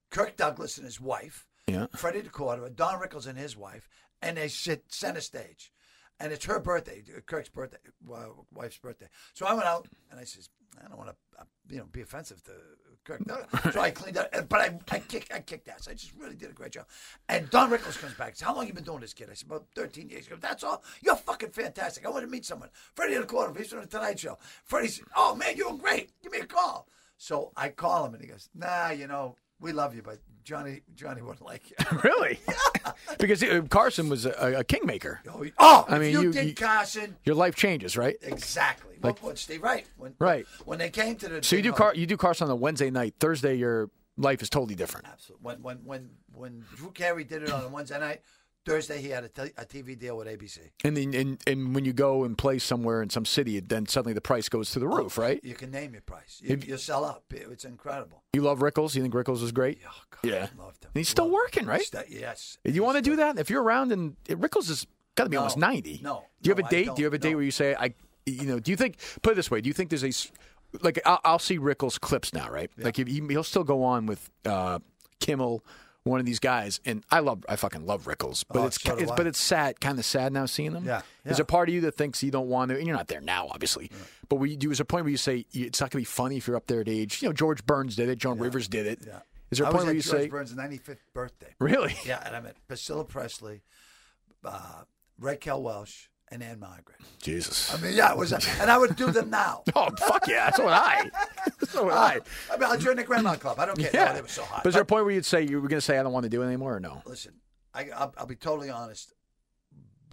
Speaker 3: Kirk Douglas and his wife.
Speaker 2: Yeah.
Speaker 3: Freddie DeCordova, Don Rickles and his wife, and they sit center stage. And it's her birthday, Kirk's birthday, wa- wife's birthday. So I went out and I says, I don't want to, you know, be offensive to Kirk. So I cleaned up, but I, I kicked, I kicked ass. I just really did a great job. And Don Rickles comes back. He says, How long you been doing this, kid? I said, About 13 years. He goes, That's all. You're fucking fantastic. I want to meet someone. Freddie in the corner. He's on the Tonight Show. Freddie said, Oh man, you were great. Give me a call. So I call him and he goes, Nah, you know, we love you, but Johnny, Johnny wouldn't like you.
Speaker 2: Really? because uh, Carson was a, a kingmaker.
Speaker 3: Oh, y- oh
Speaker 2: I
Speaker 3: I
Speaker 2: mean,
Speaker 3: mean, you,
Speaker 2: you-
Speaker 3: did
Speaker 2: you-
Speaker 3: Carson
Speaker 2: Your life changes, right?
Speaker 3: exactly.
Speaker 2: Like-
Speaker 3: what, what Steve Wright? When,
Speaker 2: Right.
Speaker 3: When they came to the
Speaker 2: So you do
Speaker 3: know,
Speaker 2: car, you do Carson on a Wednesday night. Thursday, your life is totally different.
Speaker 3: Absolutely. When when when when Drew Carey did it on a Wednesday night, Thursday, he had a, t- a TV deal with ABC.
Speaker 2: And then and, and when you go and play somewhere in some city, then suddenly the price goes to the roof, right?
Speaker 3: You can name your price. You, you sell up. It- It's incredible.
Speaker 2: You love Rickles. You think Rickles is great?
Speaker 3: Oh, God,
Speaker 2: Yeah.
Speaker 3: loved him.
Speaker 2: And he's still
Speaker 3: Loved him.
Speaker 2: working, right?
Speaker 3: Sta- yes.
Speaker 2: You want to do that? If you're around and Rickles has got to be almost 90.
Speaker 3: no,
Speaker 2: Do you have
Speaker 3: no,
Speaker 2: a
Speaker 3: I
Speaker 2: date? Do you have a
Speaker 3: don't,
Speaker 2: date
Speaker 3: no.
Speaker 2: where you say, I, you know, do you think, put it this way, do you think there's a, s- like, I'll, I'll see Rickles clips now, right? Like, he, he'll still go on with uh, Kimmel, one of these guys. And I love, I fucking love Rickles, but
Speaker 3: Oh,
Speaker 2: it's,
Speaker 3: so do
Speaker 2: it's
Speaker 3: I.
Speaker 2: but it's sad, kind of sad now seeing them.
Speaker 3: Yeah,
Speaker 2: There's
Speaker 3: yeah.
Speaker 2: a part of you that thinks you don't want to, and you're not there now, obviously. But we do, is a point where you say, it's not going to be funny if you're up there at age, you know, George Burns did it, Joan Rivers did it. Is
Speaker 3: Yeah.
Speaker 2: there a
Speaker 3: I
Speaker 2: point
Speaker 3: was
Speaker 2: where
Speaker 3: at
Speaker 2: you
Speaker 3: George
Speaker 2: say,
Speaker 3: Burns' 95th birthday.
Speaker 2: really?
Speaker 3: Yeah, and I met Priscilla Presley, uh, Raquel Welch, and Anne Margaret.
Speaker 2: Jesus.
Speaker 3: I mean, yeah, it was, and I would do them now.
Speaker 2: Oh fuck yeah! That's what I. That's what
Speaker 3: Oh,
Speaker 2: I.
Speaker 3: I mean, I'll join the Grandma Club. I don't care.
Speaker 2: Yeah.
Speaker 3: No, they were so hot.
Speaker 2: But is there a point where you'd say you were going to say I don't want to do it anymore or no?
Speaker 3: listen, I, I'll, I'll be totally honest.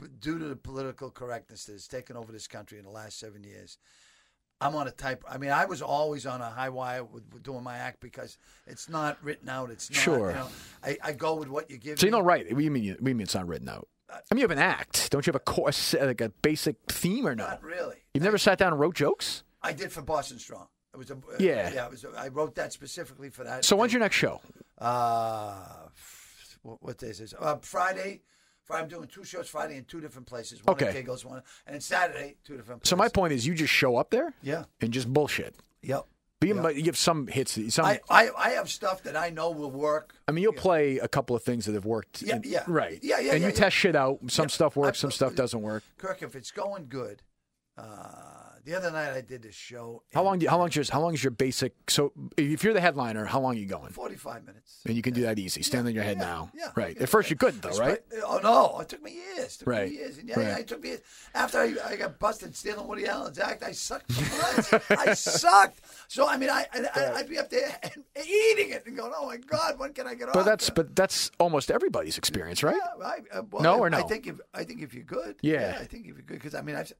Speaker 3: B- Due to the political correctness that has taken over this country in the last seven years, I'm on a type. I mean, I was always on a high wire with, with doing my act because it's not written out. It's not,
Speaker 2: Sure.
Speaker 3: You know, I, I go with what you give.
Speaker 2: So you
Speaker 3: me.
Speaker 2: don't write. We mean you, we mean it's not written out. I mean you have an act. Don't you have a course like a basic theme or no?
Speaker 3: Not really.
Speaker 2: You've never sat down and wrote jokes.
Speaker 3: I did for Boston Strong. It was a uh,
Speaker 2: Yeah.
Speaker 3: yeah. It was a, I wrote that specifically for that.
Speaker 2: So when's your next show?
Speaker 3: Uh, f- what, what day is this? Uh, Friday. Fri- I'm doing two shows Friday in two different places. One
Speaker 2: Okay.
Speaker 3: at Kegels, one, and Saturday, two different places.
Speaker 2: So my point is, you just show up there
Speaker 3: Yeah.
Speaker 2: and just bullshit.
Speaker 3: Yep.
Speaker 2: But you, might- you have some hits. that- Some.
Speaker 3: I,
Speaker 2: I,
Speaker 3: I, I have stuff that I know will work.
Speaker 2: mean, you'll play a couple of things that have worked.
Speaker 3: Yeah,
Speaker 2: and-
Speaker 3: yeah.
Speaker 2: Right.
Speaker 3: Yeah, yeah,
Speaker 2: And
Speaker 3: yeah,
Speaker 2: you
Speaker 3: yeah.
Speaker 2: test shit out. Some stuff works. Some stuff
Speaker 3: absolutely.
Speaker 2: doesn't work.
Speaker 3: Kirk, if it's going good, uh, the other night I did this show.
Speaker 2: How
Speaker 3: in
Speaker 2: long? Do you, how long? Just how long is your basic? So if you're the headliner, how long are you going?
Speaker 3: 45 minutes.
Speaker 2: And you can do that easy. Stand on your head
Speaker 3: yeah,
Speaker 2: now.
Speaker 3: yeah,
Speaker 2: right.
Speaker 3: yeah,
Speaker 2: At first
Speaker 3: yeah.
Speaker 2: you couldn't though, right?
Speaker 3: Oh no! It took me years. Took
Speaker 2: Right,
Speaker 3: Me years. And yeah,
Speaker 2: right.
Speaker 3: yeah, it took me years. after I, I got busted stealing Woody Allen's act. I sucked. for months. I sucked. So I mean, I, I I'd be up there and eating it and going, "Oh my God, when can I get off?"
Speaker 2: But that's but that's almost everybody's experience, right?
Speaker 3: Yeah, I, uh, well,
Speaker 2: No
Speaker 3: I-
Speaker 2: or no?
Speaker 3: I think if I think if you're good,
Speaker 2: Yeah.
Speaker 3: I think if you're good because I mean I've,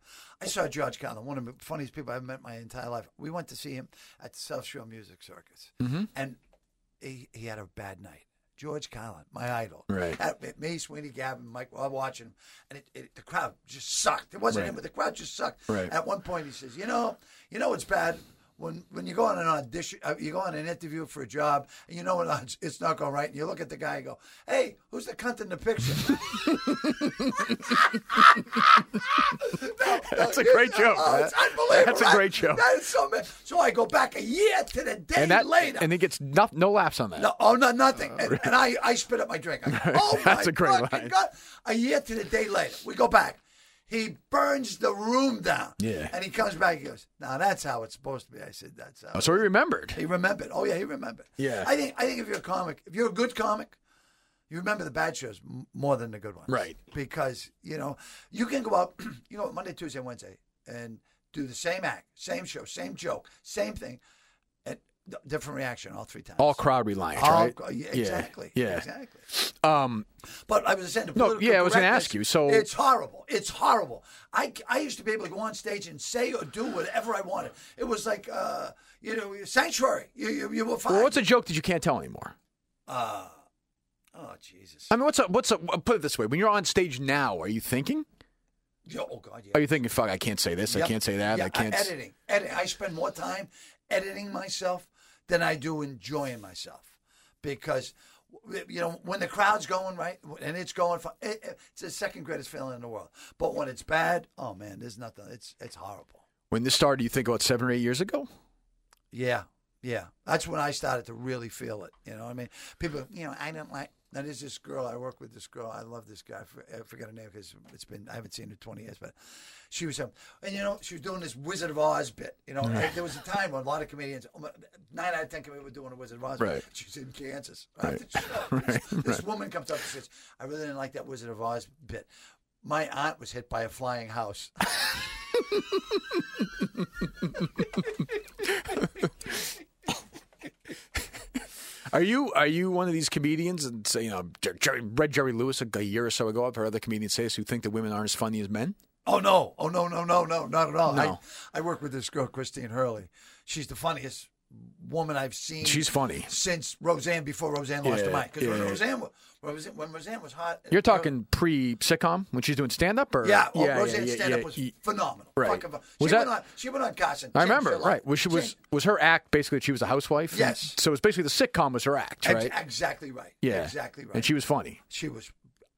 Speaker 3: I saw George Conlon, one of the funniest people I've met my entire life. We went to see him at the South Shore Music Circus,
Speaker 2: Mm-hmm.
Speaker 3: and he he had a bad night. George Conlon, my idol,
Speaker 2: Right.
Speaker 3: At, at me, Sweeney Gavin, Mike, I watch him, and it, it, the crowd just sucked. It wasn't
Speaker 2: Right.
Speaker 3: him, but the crowd just sucked.
Speaker 2: Right.
Speaker 3: At one point, he says, "You know, you know what's bad." When, when you go on an audition, uh, you go on an interview for a job, and you know it's- it's not going right, and you look at the guy and go, "Hey, who's the cunt in the picture?"
Speaker 2: That's a great joke.
Speaker 3: Oh, it's unbelievable.
Speaker 2: That's a
Speaker 3: I-
Speaker 2: great joke.
Speaker 3: That is so mad. So I go back a year to the day
Speaker 2: And that
Speaker 3: later.
Speaker 2: and it gets no, no laps on that.
Speaker 3: no, oh no, nothing. And, and I, I spit up my drink. I go, oh
Speaker 2: That's
Speaker 3: my
Speaker 2: a great
Speaker 3: fucking
Speaker 2: line.
Speaker 3: God. A year to the day later, we go back. He burns the room down.
Speaker 2: Yeah.
Speaker 3: And he comes back. He goes, "Now that's how it's supposed to be." I said, "That's how."
Speaker 2: Oh, so he remembered.
Speaker 3: He remembered. Oh yeah, he remembered.
Speaker 2: Yeah.
Speaker 3: I think I think if you're a comic, if you're a good comic, you remember the bad shows m- more than the good ones.
Speaker 2: Right.
Speaker 3: Because you know you can go out, you know, Monday, Tuesday, Wednesday, and do the same act, same show, same joke, same thing, and d- different reaction all three times.
Speaker 2: All crowd reliant,
Speaker 3: All
Speaker 2: right?
Speaker 3: cr- yeah, exactly.
Speaker 2: Yeah.
Speaker 3: Exactly.
Speaker 2: Um,
Speaker 3: But I was saying, the
Speaker 2: No,
Speaker 3: political
Speaker 2: yeah, I was gonna
Speaker 3: correctness,
Speaker 2: ask you, so-
Speaker 3: it's horrible. It's horrible. I, I used to be able to go on stage and say or do whatever I wanted. It was like uh, you know, sanctuary. You you, you were fine.
Speaker 2: well, what's a joke that you can't tell anymore?
Speaker 3: uh, oh Jesus!
Speaker 2: I mean, what's a what's a put it this way? When you're on stage now, are you thinking?
Speaker 3: Yeah, oh God! Yeah.
Speaker 2: Are you thinking, fuck, I can't say this, I
Speaker 3: Yep.
Speaker 2: can't say that,
Speaker 3: Yeah,
Speaker 2: I can't. s-
Speaker 3: editing. Editing. I spend more time editing myself than I do enjoying myself because you know when the crowd's going right and it's going for it, it's the second greatest feeling in the world. But when it's bad, oh man, there's nothing. It's it's horrible.
Speaker 2: When this started, you think about seven or eight years ago.
Speaker 3: Yeah, yeah. That's when I started to really feel it. You know, what I mean, people. You know, I don't like. Now there's this girl I work with. This girl, I love this guy. I for- I forget her name because it's been I haven't seen her in 20 years. But she was, um, and you know, she was doing this Wizard of Oz bit. You know, and there was a time when a lot of comedians, um, nine out of ten comedians were doing a Wizard of Oz. bit.
Speaker 2: Right.
Speaker 3: She's in Kansas. Right. this woman comes up and says, "I really didn't like that Wizard of Oz bit. My aunt was hit by a flying house."
Speaker 2: Are you are you one of these comedians and say you know Jer- Jerry, read Jerry Lewis a, a year or so ago? I've heard other comedians say this who think that women aren't as funny as men.
Speaker 3: Oh no! Oh no! No no no! Not at all.
Speaker 2: No.
Speaker 3: I, I work with this girl, Christine Hurley. She's the funniest woman I've seen.
Speaker 2: She's funny.
Speaker 3: since Roseanne before Roseanne lost her
Speaker 2: Yeah,
Speaker 3: mind. Because when
Speaker 2: yeah.
Speaker 3: Roseanne, wa- when Roseanne, when Roseanne was hot, uh,
Speaker 2: You're talking pre sitcom when she's doing stand up, or
Speaker 3: Yeah, well, Roseanne's
Speaker 2: yeah,
Speaker 3: stand up
Speaker 2: yeah,
Speaker 3: was
Speaker 2: yeah.
Speaker 3: phenomenal.
Speaker 2: Right.
Speaker 3: Fucking phen-
Speaker 2: Was
Speaker 3: she
Speaker 2: that-
Speaker 3: went on? She went on Carson.
Speaker 2: I
Speaker 3: Changed
Speaker 2: remember,
Speaker 3: her life.
Speaker 2: right? Well, she was
Speaker 3: Changed-
Speaker 2: was her act basically. She was a housewife. and
Speaker 3: Yes.
Speaker 2: So it's basically the sitcom was her act,
Speaker 3: ex-
Speaker 2: right?
Speaker 3: Exactly right.
Speaker 2: Yeah.
Speaker 3: Exactly right.
Speaker 2: And she was funny,
Speaker 3: she was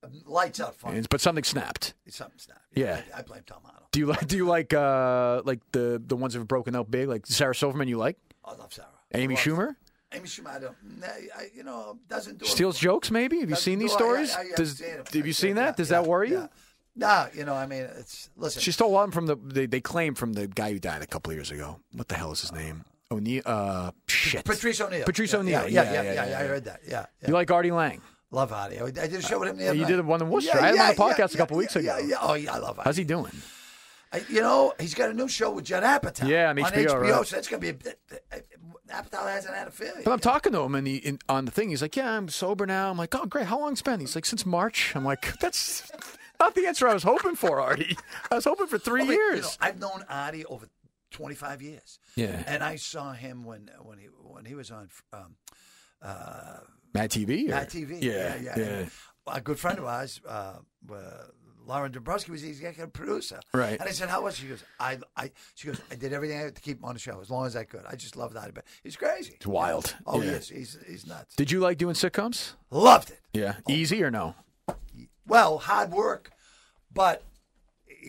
Speaker 3: um, lights out fun.
Speaker 2: And- but something snapped.
Speaker 3: Something's not.
Speaker 2: Yeah.
Speaker 3: I, I blame Tom Arnold.
Speaker 2: Do you like do you like uh like the the ones that have broken up big like Sarah Silverman? You like
Speaker 3: I love Sarah.
Speaker 2: Amy
Speaker 3: Love
Speaker 2: Schumer
Speaker 3: Sarah. Amy Schumer, I don't. nah, I, you know, doesn't do it.
Speaker 2: steals jokes? Maybe have you
Speaker 3: Doesn't
Speaker 2: seen
Speaker 3: do
Speaker 2: these
Speaker 3: it. I-
Speaker 2: stories?
Speaker 3: I- I- I've
Speaker 2: Does,
Speaker 3: seen it.
Speaker 2: have you
Speaker 3: I've
Speaker 2: seen
Speaker 3: it.
Speaker 2: that?
Speaker 3: Yeah,
Speaker 2: Does
Speaker 3: yeah,
Speaker 2: that worry
Speaker 3: yeah.
Speaker 2: you?
Speaker 3: Nah, you know, I mean, it's listen.
Speaker 2: She stole one from the they, they claim from the guy who died a couple of years ago. What the hell is his name? O'Neill. Uh, shit.
Speaker 3: Patrice O'Neill.
Speaker 2: Patrice
Speaker 3: yeah,
Speaker 2: O'Neill. Yeah,
Speaker 3: Yeah, yeah, yeah.
Speaker 2: yeah, yeah,
Speaker 3: I
Speaker 2: yeah.
Speaker 3: heard that. Yeah, yeah.
Speaker 2: You like Artie Lang?
Speaker 3: love Artie. I did a show with him the other
Speaker 2: you
Speaker 3: night.
Speaker 2: did one in Worcester. I had him on the podcast a couple
Speaker 3: yeah,
Speaker 2: weeks ago.
Speaker 3: Yeah, yeah. Oh, yeah, I love Artie.
Speaker 2: How's he doing?
Speaker 3: I, you know, he's got a new show with Judd Apatow.
Speaker 2: Yeah, on HBO,
Speaker 3: HBO.
Speaker 2: right?
Speaker 3: So that's gonna be a, bit- uh, Apatow hasn't had a failure.
Speaker 2: But I'm talking to him and he in, on the thing. He's like, "Yeah, I'm sober now." I'm like, "Oh, great. How long's it been?" He's like, "Since March." I'm like, "That's not the answer I was hoping for, Artie. I was hoping for three
Speaker 3: Well, you
Speaker 2: years."
Speaker 3: know, I've known Artie over 25 years.
Speaker 2: Yeah.
Speaker 3: And I saw him when when he when he was on um,
Speaker 2: Mad TV. Or?
Speaker 3: Mad TV.
Speaker 2: Yeah,
Speaker 3: yeah. And A good friend of ours, uh, uh, Lauren Dombrowski, was the executive producer.
Speaker 2: Right.
Speaker 3: And I said, "How was?" it?" She goes, "I, I." She goes, "I did everything I had to keep him on the show as long as I could. I just loved Artie, but he's crazy. It's
Speaker 2: wild.
Speaker 3: Oh
Speaker 2: Yeah.
Speaker 3: yes, he's he's nuts.
Speaker 2: Did you like doing sitcoms?
Speaker 3: Loved it.
Speaker 2: Yeah. Easy or no?
Speaker 3: Well, hard work, but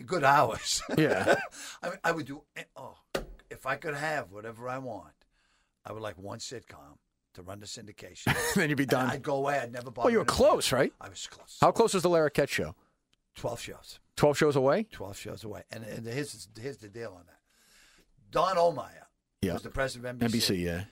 Speaker 3: good hours.
Speaker 2: Yeah.
Speaker 3: I mean, I would do. Oh, if I could have whatever I want, I would like one sitcom to run the syndication.
Speaker 2: then you'd be done.
Speaker 3: And I'd go away. I'd never bother.
Speaker 2: well, you were
Speaker 3: anybody.
Speaker 2: close, right?
Speaker 3: I was close.
Speaker 2: How close was the Larry Ketch show?
Speaker 3: Twelve shows.
Speaker 2: Twelve shows away.
Speaker 3: Twelve shows away. And, and here's here's the deal on that. Don Olmeyer
Speaker 2: Yeah.
Speaker 3: was the president of NBC.
Speaker 2: NBC. Yeah.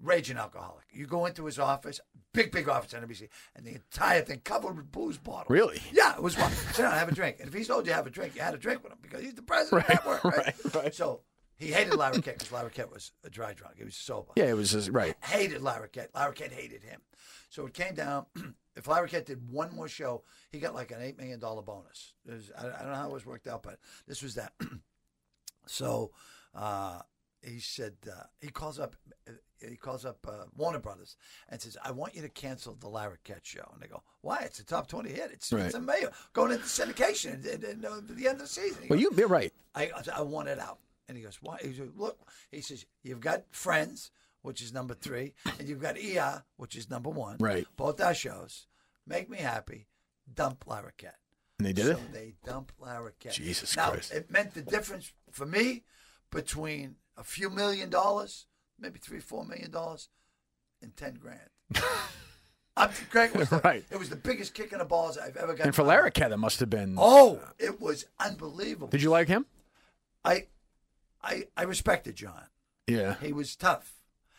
Speaker 3: Raging alcoholic. You go into his office, big big office on NBC, and the entire thing covered with booze bottles.
Speaker 2: Really?
Speaker 3: Yeah, it was one. Sit down, have a drink. And if he told you to have a drink, you had a drink with him because he's the president of that work, right?
Speaker 2: right, right.
Speaker 3: So he hated Larry Kett because Larry Kett was a dry drunk. He was sober.
Speaker 2: Yeah. It was just, right.
Speaker 3: Hated Larry Kett. Larry Kett hated him. So it came down. if Larry Kett did one more show, he got like an $8 million bonus. It was- I, I don't know how it was worked out, but this was that. so uh, he said, uh, he calls up. He calls up uh, Warner Brothers and says, "I want you to cancel the Larry Kett show." And they go, "Why? It's a top twenty hit. It's,
Speaker 2: Right.
Speaker 3: it's a mayor going into syndication and, and, and, uh, at the end of the season." He
Speaker 2: Well,
Speaker 3: goes,
Speaker 2: you, you're right.
Speaker 3: I, I said, I want it out. And he goes, why? He said, look, he says, you've got Friends, which is number three, and you've got ER, which is number one.
Speaker 2: Right.
Speaker 3: Both our shows. Make me happy. Dump Larry Cat.
Speaker 2: And they did
Speaker 3: so
Speaker 2: it.
Speaker 3: they dump Larry Cat.
Speaker 2: Jesus
Speaker 3: now,
Speaker 2: Christ.
Speaker 3: it meant the difference for me between a few million dollars, maybe three, four million dollars, and 10 grand. I'm Greg was the,
Speaker 2: Right.
Speaker 3: It was the biggest kick in the balls I've ever gotten.
Speaker 2: And for
Speaker 3: in my life.
Speaker 2: Larry Ketch, it must have been.
Speaker 3: Oh, it was unbelievable.
Speaker 2: Did you like him?
Speaker 3: I, I, I respected John.
Speaker 2: Yeah.
Speaker 3: He was tough.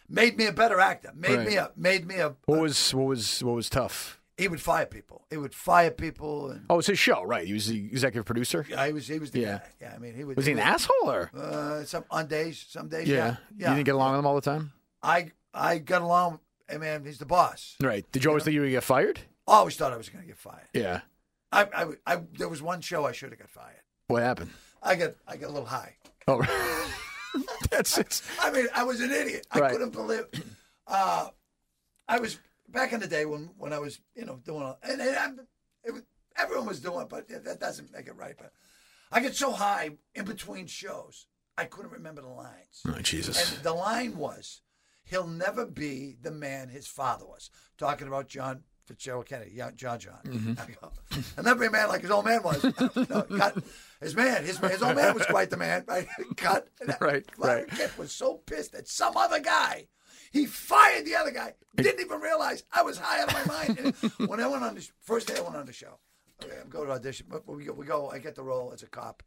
Speaker 3: Made me a better actor. Made me a.
Speaker 2: Right.
Speaker 3: Made me a. uh,
Speaker 2: What was what was what was tough?
Speaker 3: He would fire people. He would fire people, and
Speaker 2: Oh, it's his show, right? He was the executive producer.
Speaker 3: I was. He was the
Speaker 2: Yeah.
Speaker 3: guy. Yeah, I mean, he would.
Speaker 2: Was he an asshole or?
Speaker 3: Uh, some on days, some days.
Speaker 2: Yeah.
Speaker 3: Yeah,
Speaker 2: You didn't get along with him all the time,
Speaker 3: I I got along. I mean, he's the boss.
Speaker 2: right? Did you always think you would get fired?
Speaker 3: I always thought I was going to get fired.
Speaker 2: Yeah.
Speaker 3: I, I, would- I there was one show I should have got fired.
Speaker 2: What happened?
Speaker 3: I got I got a little high.
Speaker 2: Oh, that's it.
Speaker 3: I mean, I was an idiot. I
Speaker 2: Right.
Speaker 3: couldn't believe. Uh, I was back in the day when when I was you know doing all, and, and I'm, it was, everyone was doing, it, but that doesn't make it right. But I get so high in between shows, I couldn't remember the lines.
Speaker 2: Oh, Jesus.
Speaker 3: And the line was, "He'll never be the man his father was." Talking about John Fitzgerald Kennedy, yeah, John John.
Speaker 2: Mm-hmm.
Speaker 3: I go, "He'll never be a man like his old man was." no, cut. His man, his, his old man was quite the man. Right? cut. And that-
Speaker 2: Right,
Speaker 3: Larry
Speaker 2: right.
Speaker 3: Kent was so pissed at some other guy. He fired the other guy. Didn't even realize I was high out of my mind. And when I went on the sh- first day, I went on the show. Okay, I'm going to audition. But we go, we go. I get the role as a cop,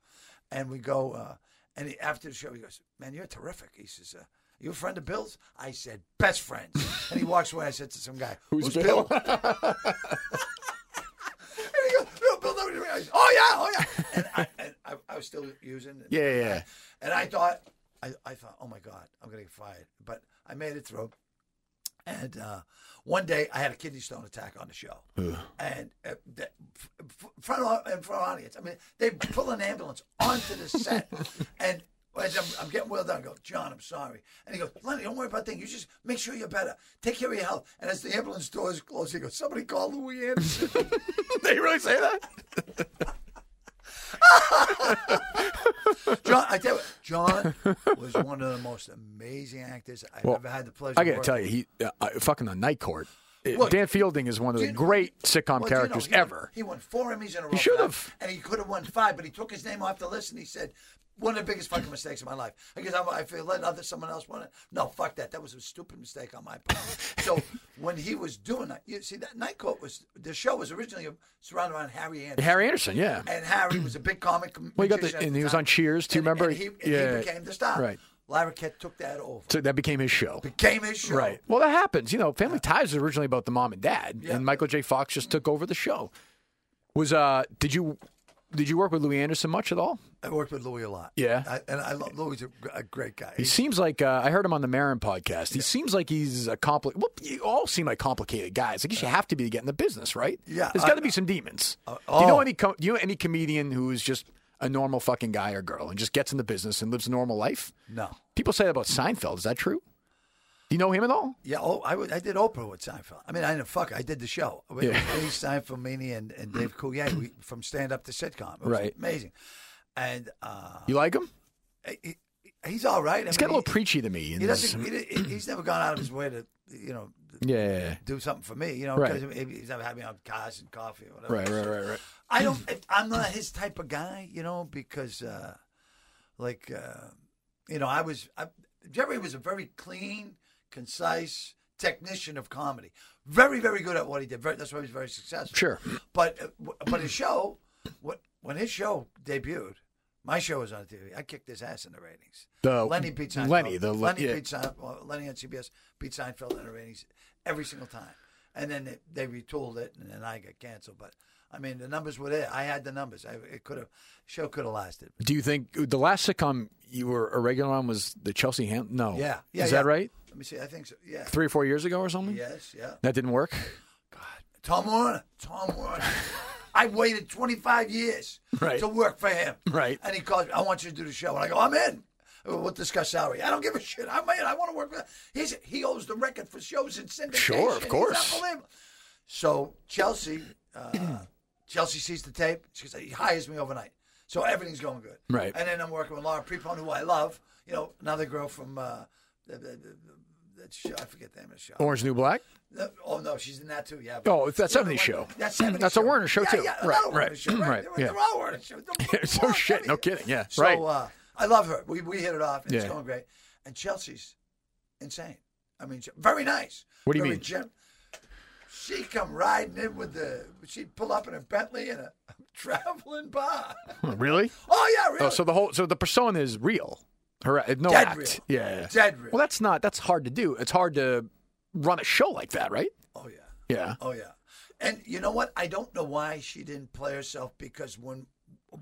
Speaker 3: and we go. Uh, and he, after the show, he goes, "Man, you're terrific." He says, uh, "You a friend of Bill's?" I said, "Best friends." and he walks away. I said to some guy, "Who's, Bill?" and he goes, "No, Bill." Nobody realized. Oh yeah, oh yeah. And I, and I, I was still using. it.
Speaker 2: Yeah, yeah, yeah.
Speaker 3: And I thought, I, I thought, oh my God, I'm going to get fired. But I made it through. And uh, one day I had a kidney stone attack on the show. And uh, the, f- f- front of, in front of audience, I mean, they pull an ambulance onto the set. and as I'm, I'm getting well done, I go, John, I'm sorry. And he goes, Lenny, don't worry about things. You just make sure you're better. Take care of your health. And as the ambulance door is closed, he goes, somebody call Louis Anderson.
Speaker 2: Did he really say that?
Speaker 3: John, I tell you, what, John was one of the most amazing actors I've
Speaker 2: Well,
Speaker 3: ever had the pleasure
Speaker 2: I got to
Speaker 3: of
Speaker 2: tell you, he uh, uh, fucking on Night Court. uh,
Speaker 3: Look,
Speaker 2: Dan Fielding is one of the
Speaker 3: you know-
Speaker 2: great sitcom
Speaker 3: Well, do you know,
Speaker 2: characters
Speaker 3: he won-
Speaker 2: ever.
Speaker 3: He won four Emmys in a row.
Speaker 2: should
Speaker 3: for that,
Speaker 2: have.
Speaker 3: And he could have won five, but he took his name off the list and he said, one of the biggest fucking mistakes of my life. I guess I'm, I feel let other someone else won it. No, fuck that. That was a stupid mistake on my part. so when he was doing that, you see that Night Court was the show was originally surrounded around Harry Anderson.
Speaker 2: Harry Anderson, yeah.
Speaker 3: and Harry was a big comic.
Speaker 2: Well, he got the-
Speaker 3: magician at
Speaker 2: and he was
Speaker 3: time.
Speaker 2: on Cheers, do you
Speaker 3: And-
Speaker 2: remember?
Speaker 3: And he, and
Speaker 2: Yeah.
Speaker 3: he became the star.
Speaker 2: Right.
Speaker 3: Lyra Kett took that over.
Speaker 2: So that became his show.
Speaker 3: Became his show.
Speaker 2: Right. Well, that happens. You know, Family Ties was originally about the mom and dad,
Speaker 3: Yeah.
Speaker 2: and Michael J. Fox just took over the show. Was uh did you did you work with Louis Anderson much at all?
Speaker 3: I worked with Louis a lot.
Speaker 2: Yeah.
Speaker 3: I, and I love Louis. is A, a great guy.
Speaker 2: He seems like uh, I heard him on the Marin podcast. He seems like he's a compli Well, you all seem like complicated guys. I guess you have to be to get in the business, right?
Speaker 3: Yeah,
Speaker 2: There's
Speaker 3: I-
Speaker 2: got to be some demons. do you know
Speaker 3: oh.
Speaker 2: any com- do you know any comedian who is just a normal fucking guy or girl and just gets in the business and lives a normal life?
Speaker 3: no.
Speaker 2: People say that about Seinfeld. Is that true? Do you know him at all?
Speaker 3: Yeah, oh, I, would- I did Oprah with Seinfeld. I mean, I didn't fuck. I did the show with
Speaker 2: Yeah.
Speaker 3: Eddie Seinfeld, Meany, and, and Dave Coulier we, from stand up to sitcom. It was
Speaker 2: Right.
Speaker 3: amazing. And uh,
Speaker 2: You like him?
Speaker 3: he, he's all right. I
Speaker 2: He's
Speaker 3: mean,
Speaker 2: got a little
Speaker 3: he-
Speaker 2: preachy to me. in
Speaker 3: he,
Speaker 2: this-
Speaker 3: doesn't. He, he- he's never gone out of his way to you know
Speaker 2: Yeah.
Speaker 3: do something for me. You know,
Speaker 2: Right.
Speaker 3: 'cause he- he's never had me on cars and coffee or whatever.
Speaker 2: Right, right, right, right.
Speaker 3: I don't. I'm not his type of guy, you know, because, uh, like, uh, you know, I was. I, Jerry was a very clean, concise technician of comedy. Very, very good at what he did. Very, that's why he was very successful.
Speaker 2: Sure.
Speaker 3: But uh, w- but his show, what when his show debuted, my show was on TV. I kicked his ass in the ratings.
Speaker 2: The-
Speaker 3: Lenny beat Seinfeld.
Speaker 2: Lenny, the-
Speaker 3: Lenny
Speaker 2: yeah.
Speaker 3: beat Seinfeld. Lenny on CBS beat Seinfeld in the ratings every single time. And then they, they retooled it, and then I got canceled. But I mean, the numbers were there. I had the numbers. I, it could have show could have lasted.
Speaker 2: Do you think the last sitcom you were a regular on was the Chelsea Ham? No.
Speaker 3: Yeah, yeah,
Speaker 2: Is
Speaker 3: yeah.
Speaker 2: that right?
Speaker 3: Let me see. I think so. Yeah.
Speaker 2: Three or four years ago or something?
Speaker 3: Yes. Yeah.
Speaker 2: That didn't work?
Speaker 3: Tom Warner. Tom Warner. I waited 25 years
Speaker 2: Right.
Speaker 3: to work for him.
Speaker 2: Right.
Speaker 3: And he calls me, I want you to do the show. And I go, I'm in. Uh, We'll discuss salary. I don't give a shit. I'm in. I want to work with He's, he owns the record for shows in syndication.
Speaker 2: Sure, of
Speaker 3: He's
Speaker 2: course.
Speaker 3: unbelievable. So Chelsea, uh, Chelsea sees the tape. She goes, he hires me overnight. So everything's going good.
Speaker 2: Right.
Speaker 3: And then I'm working with Laura Prepon, who I love. You know, another girl from uh, the, the, the, that show. I forget the name of the show.
Speaker 2: Orange New Black?
Speaker 3: No, oh no, she's in that too. Yeah.
Speaker 2: Oh, it's that 70s show.
Speaker 3: That's 70s
Speaker 2: That's a
Speaker 3: show.
Speaker 2: Warner show,
Speaker 3: yeah,
Speaker 2: too.
Speaker 3: Yeah,
Speaker 2: Right,
Speaker 3: another Warner
Speaker 2: right,
Speaker 3: show, right,
Speaker 2: right,
Speaker 3: They're,
Speaker 2: yeah.
Speaker 3: they're all Warner show. They're
Speaker 2: so
Speaker 3: all
Speaker 2: shit, no
Speaker 3: 70s.
Speaker 2: kidding, yeah,
Speaker 3: So
Speaker 2: right.
Speaker 3: uh, I love her. We we hit it off. And It's
Speaker 2: Yeah.
Speaker 3: going great. And Chelsea's insane. I mean, she- very nice.
Speaker 2: What do you
Speaker 3: very
Speaker 2: mean?
Speaker 3: Gen- she come riding in with the. She pull up in a Bentley and a traveling bar.
Speaker 2: Really?
Speaker 3: Oh yeah, really.
Speaker 2: Oh, so the whole so the persona is real. Her no
Speaker 3: Dead
Speaker 2: act.
Speaker 3: real.
Speaker 2: Yeah. yeah.
Speaker 3: Dead real.
Speaker 2: Well, that's not that's hard to do. It's hard to run a show like that, right?
Speaker 3: oh yeah.
Speaker 2: Yeah.
Speaker 3: Oh yeah. And you know what? I don't know why she didn't play herself because when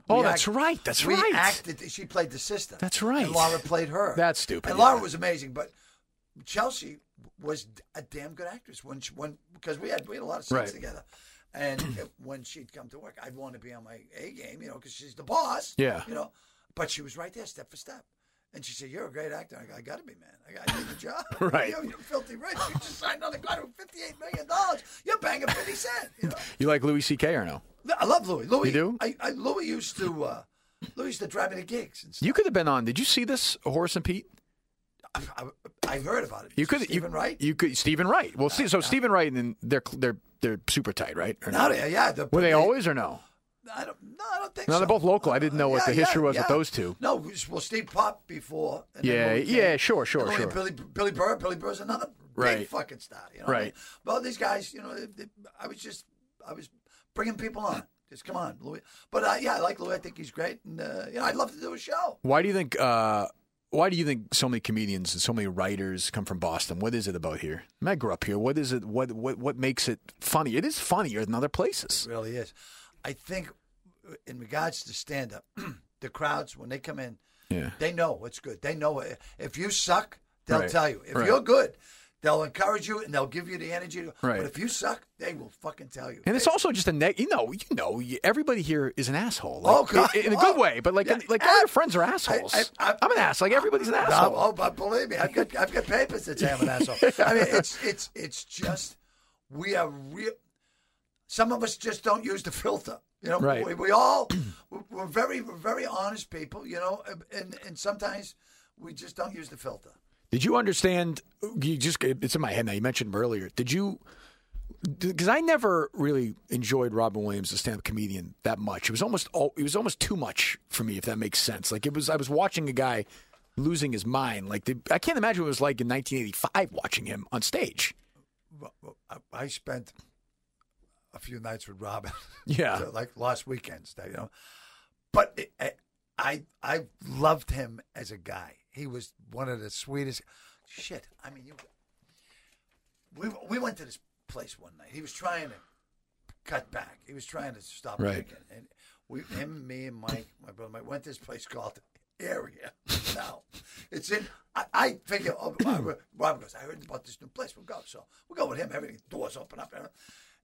Speaker 2: Oh,
Speaker 3: we
Speaker 2: that's right, that's
Speaker 3: we
Speaker 2: right.
Speaker 3: Acted, she played the sister.
Speaker 2: That's right.
Speaker 3: And Laura played her.
Speaker 2: That's stupid,
Speaker 3: And Laura
Speaker 2: yeah.
Speaker 3: was amazing, but Chelsea was a damn good actress when she, when because we had we had a lot of scenes
Speaker 2: Right.
Speaker 3: together. And when she'd come to work, I'd want to be on my A game, you know, because she's the boss.
Speaker 2: Yeah.
Speaker 3: You know, but she was right there, step for step. And she said, "You're a great actor." I go, "I got to be, man. I, got, I need the job.
Speaker 2: Right.
Speaker 3: You know, you're filthy rich. You just signed on the contract with fifty-eight million dollars. You're banging fifty cent. You know?
Speaker 2: You like Louis C.K. or no?
Speaker 3: No, I love Louis. Louis,
Speaker 2: You do?
Speaker 3: I, I Louis used to uh, Louis used to drive me to gigs. And stuff.
Speaker 2: You could have been on. Did you see this Horace and Pete?
Speaker 3: I, I, I heard about it. Ah,
Speaker 2: You could
Speaker 3: even
Speaker 2: you,
Speaker 3: right
Speaker 2: You could Stephen Wright. Well, see, so Stephen Wright and they're they're they're super tight, right? Or
Speaker 3: now. They, yeah, the-
Speaker 2: Were they always or no?
Speaker 3: I don't. No, I don't think
Speaker 2: No,
Speaker 3: so.
Speaker 2: they're both local. I didn't know what
Speaker 3: Yeah,
Speaker 2: the history
Speaker 3: yeah,
Speaker 2: was with
Speaker 3: yeah.
Speaker 2: those two.
Speaker 3: No, it was- well, Steve Pop before. and then
Speaker 2: Yeah,
Speaker 3: Louis
Speaker 2: yeah,
Speaker 3: came.
Speaker 2: sure, sure,
Speaker 3: And Louis
Speaker 2: sure.
Speaker 3: Billy Billy Burr. Billy Burr's another
Speaker 2: Right.
Speaker 3: big fucking star. You know
Speaker 2: Right.
Speaker 3: Well, these guys, you know, they, they, I was just, I was bringing people on. Just come on, Louis. But uh, yeah, I like Louis. I think he's great, and uh, you know, I'd love to do a show.
Speaker 2: Why do you think? Uh, why do you think so many comedians and so many writers come from Boston? What is it about here? I, mean, I grew up here. What is it? What what what makes it funny? It is funnier than other places.
Speaker 3: It really is. I think uh, in regards to stand up, the crowds when they come in,
Speaker 2: Yeah.
Speaker 3: they know what's good. They know it. if you suck, they'll
Speaker 2: Right.
Speaker 3: tell you. If
Speaker 2: Right.
Speaker 3: you're good, They'll encourage you and they'll give you the energy. to-
Speaker 2: Right.
Speaker 3: But if you suck, they will fucking tell you.
Speaker 2: And it's
Speaker 3: They-
Speaker 2: also just a neg- you know, you know, you- everybody here is an asshole. Like,
Speaker 3: Oh, God.
Speaker 2: in, in a good
Speaker 3: Oh.
Speaker 2: way, but like,
Speaker 3: Yeah.
Speaker 2: like all your friends are assholes. I,
Speaker 3: I- I-
Speaker 2: am an ass. Like everybody's an
Speaker 3: No,
Speaker 2: asshole.
Speaker 3: oh, but believe me, I've got I've got papers that say I'm an asshole. I mean, it's it's it's just we are real. Some of us just don't use the filter. You know,
Speaker 2: Right.
Speaker 3: we, we all we're very we're very honest people. You know, and and sometimes we just don't use the filter.
Speaker 2: Did you understand? You just it's in my head now. You mentioned him earlier. Did you? Because I never really enjoyed Robin Williams, the stand-up comedian, that much. It was almost all, it was almost too much for me, if that makes sense. Like it was, I was watching a guy losing his mind. Like the, I can't imagine what it was like in 1985 watching him on stage.
Speaker 3: I- I spent a few nights with Robin.
Speaker 2: Yeah.
Speaker 3: So, like last weekends, you know. But it, I- I I loved him as a guy. He was one of the sweetest. Shit, I mean, you. We we went to this place one night. He was trying to cut back. He was trying to stop
Speaker 2: Right.
Speaker 3: drinking, and we, him, me, and Mike, my brother Mike, went to this place called Area. Now, it's in. I, I figure. Oh, Rob- Rob goes. I heard about this new place. We'll go. So we go with him. Everything doors open up, everything.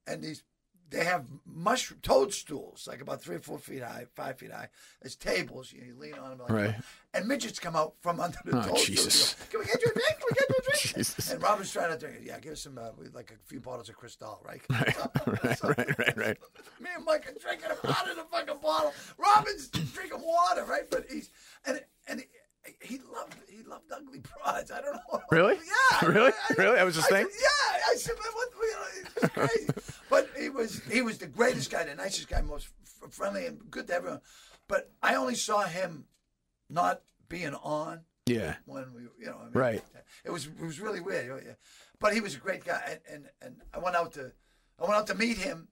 Speaker 3: and these they have mushroom toadstools, like about three or four feet high, five feet high. There's tables. You, know, you lean on them. Like,
Speaker 2: Right.
Speaker 3: And midgets come out from under the
Speaker 2: Oh,
Speaker 3: toadstool.
Speaker 2: Jesus.
Speaker 3: Can we get you a drink? Can we get you a drink?
Speaker 2: Jesus.
Speaker 3: And Rob was trying to drink it. Yeah, give us some, uh, we- like a few bottles of Cristal, right?
Speaker 2: right, right, right, right.
Speaker 3: Me and Mike are drinking a pot in a fucking bottle. Robin's drinking water, right? But he's and and he loved he loved ugly broads. I don't know.
Speaker 2: Really?
Speaker 3: Yeah.
Speaker 2: Really? Really? That was his
Speaker 3: I
Speaker 2: thing?
Speaker 3: said, yeah. I said, "Man, what, you know, it's crazy. but he was he was the greatest guy, the nicest guy, most f- friendly and good to everyone. But I only saw him not being on
Speaker 2: Yeah.
Speaker 3: when we, you know, I mean,
Speaker 2: Right.
Speaker 3: It was it was really weird, you know, yeah. but he was a great guy, and, and and I went out to, I went out to meet him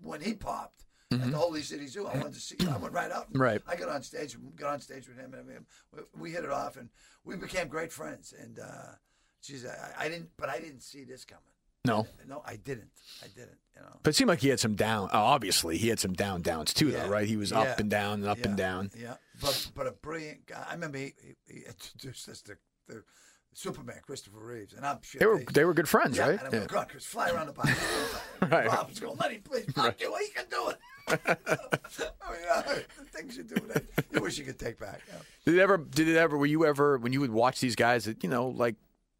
Speaker 3: when he popped at the Holy City Zoo. I went to see, I went right out.
Speaker 2: Mm-hmm. Right.
Speaker 3: I got on stage, got on stage with him, and I mean, we- we hit it off, and we became great friends. And uh, geez, I, I didn't, but I didn't see this coming.
Speaker 2: No.
Speaker 3: No, I didn't. I didn't. You know.
Speaker 2: But it seemed like he had some down. oh, obviously, he had some down downs too,
Speaker 3: Yeah.
Speaker 2: though, right? He was
Speaker 3: Yeah.
Speaker 2: up and down and up and
Speaker 3: Yeah,
Speaker 2: down.
Speaker 3: Yeah, but but a brilliant guy. I remember he, he, he introduced us to the Superman, Christopher Reeves, and I'm sure
Speaker 2: They were they were good friends,
Speaker 3: yeah,
Speaker 2: right?
Speaker 3: and I'm
Speaker 2: Yeah.
Speaker 3: going, God, Chris, fly around the body.
Speaker 2: Right.
Speaker 3: Rob's going, let him please. Fuck you, he can do it. I mean, uh, the things you do, that you wish you could take back. Yeah.
Speaker 2: Did it ever? Did it ever? Were you ever when you would watch these guys that you know, like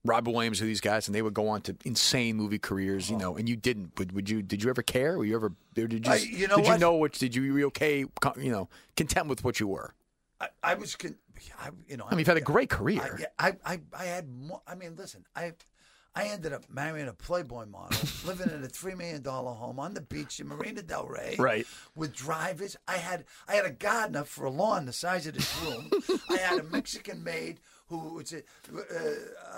Speaker 2: Robert Williams or these guys, and they would go on to insane movie careers, you know, and you didn't? Would, would you? Did you ever care? Were you ever? Or did you?
Speaker 3: I- you know
Speaker 2: did you
Speaker 3: what?
Speaker 2: know which? Did you? Were you okay? co- You know, content with what you were?
Speaker 3: I, I was, con- I, you know,
Speaker 2: I mean, you've had a great career.
Speaker 3: I, yeah, I, I, I had more. I mean, listen, I, I ended up marrying a Playboy model, living in a three million dollar home on the beach in Marina Del Rey,
Speaker 2: Right.
Speaker 3: With drivers, I had, I had a gardener for a lawn the size of this room. I had a Mexican maid. Who would say, uh,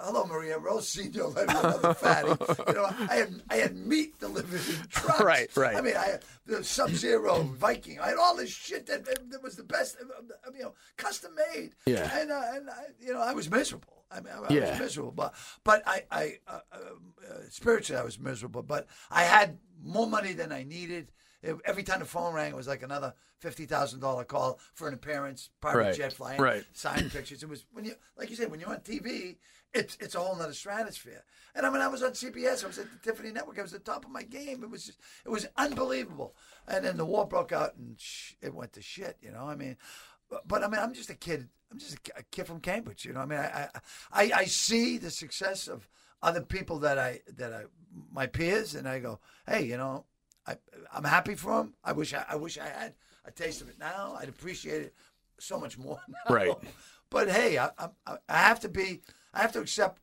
Speaker 3: "Hello, Maria Rose, senior, let me another fatty." You know, I had I had meat delivered in trucks.
Speaker 2: Right, right.
Speaker 3: I mean, I had the Sub-Zero Viking. I had all this shit that, that was the best. uh, You know, custom made.
Speaker 2: Yeah.
Speaker 3: And, uh, and I, you know, I was miserable. I mean, I, I
Speaker 2: Yeah.
Speaker 3: was miserable, but but I, I uh, uh, uh, spiritually I was miserable. But I had more money than I needed. It- every time the phone rang, it was like another fifty thousand dollar call for an appearance, private
Speaker 2: Right.
Speaker 3: jet flying,
Speaker 2: Right.
Speaker 3: sign pictures. It was when you, like you said, when you're on TV, it's it's a whole nother stratosphere. And I mean, I was on CBS, I was at the Tiffany Network, I was at the top of my game. It was just, it was unbelievable. And then the war broke out, and sh- it went to shit. You know, I mean, but, but I mean, I'm just a kid. I'm just a ki- a kid from Cambridge. You know, I mean, I I, I I see the success of other people that I that I my peers, and I go, hey, you know, I, I'm happy for him. I wish I, I wish I had a taste of it now. I'd appreciate it so much more. Now.
Speaker 2: Right.
Speaker 3: But hey, I, I I I have to be. I have to accept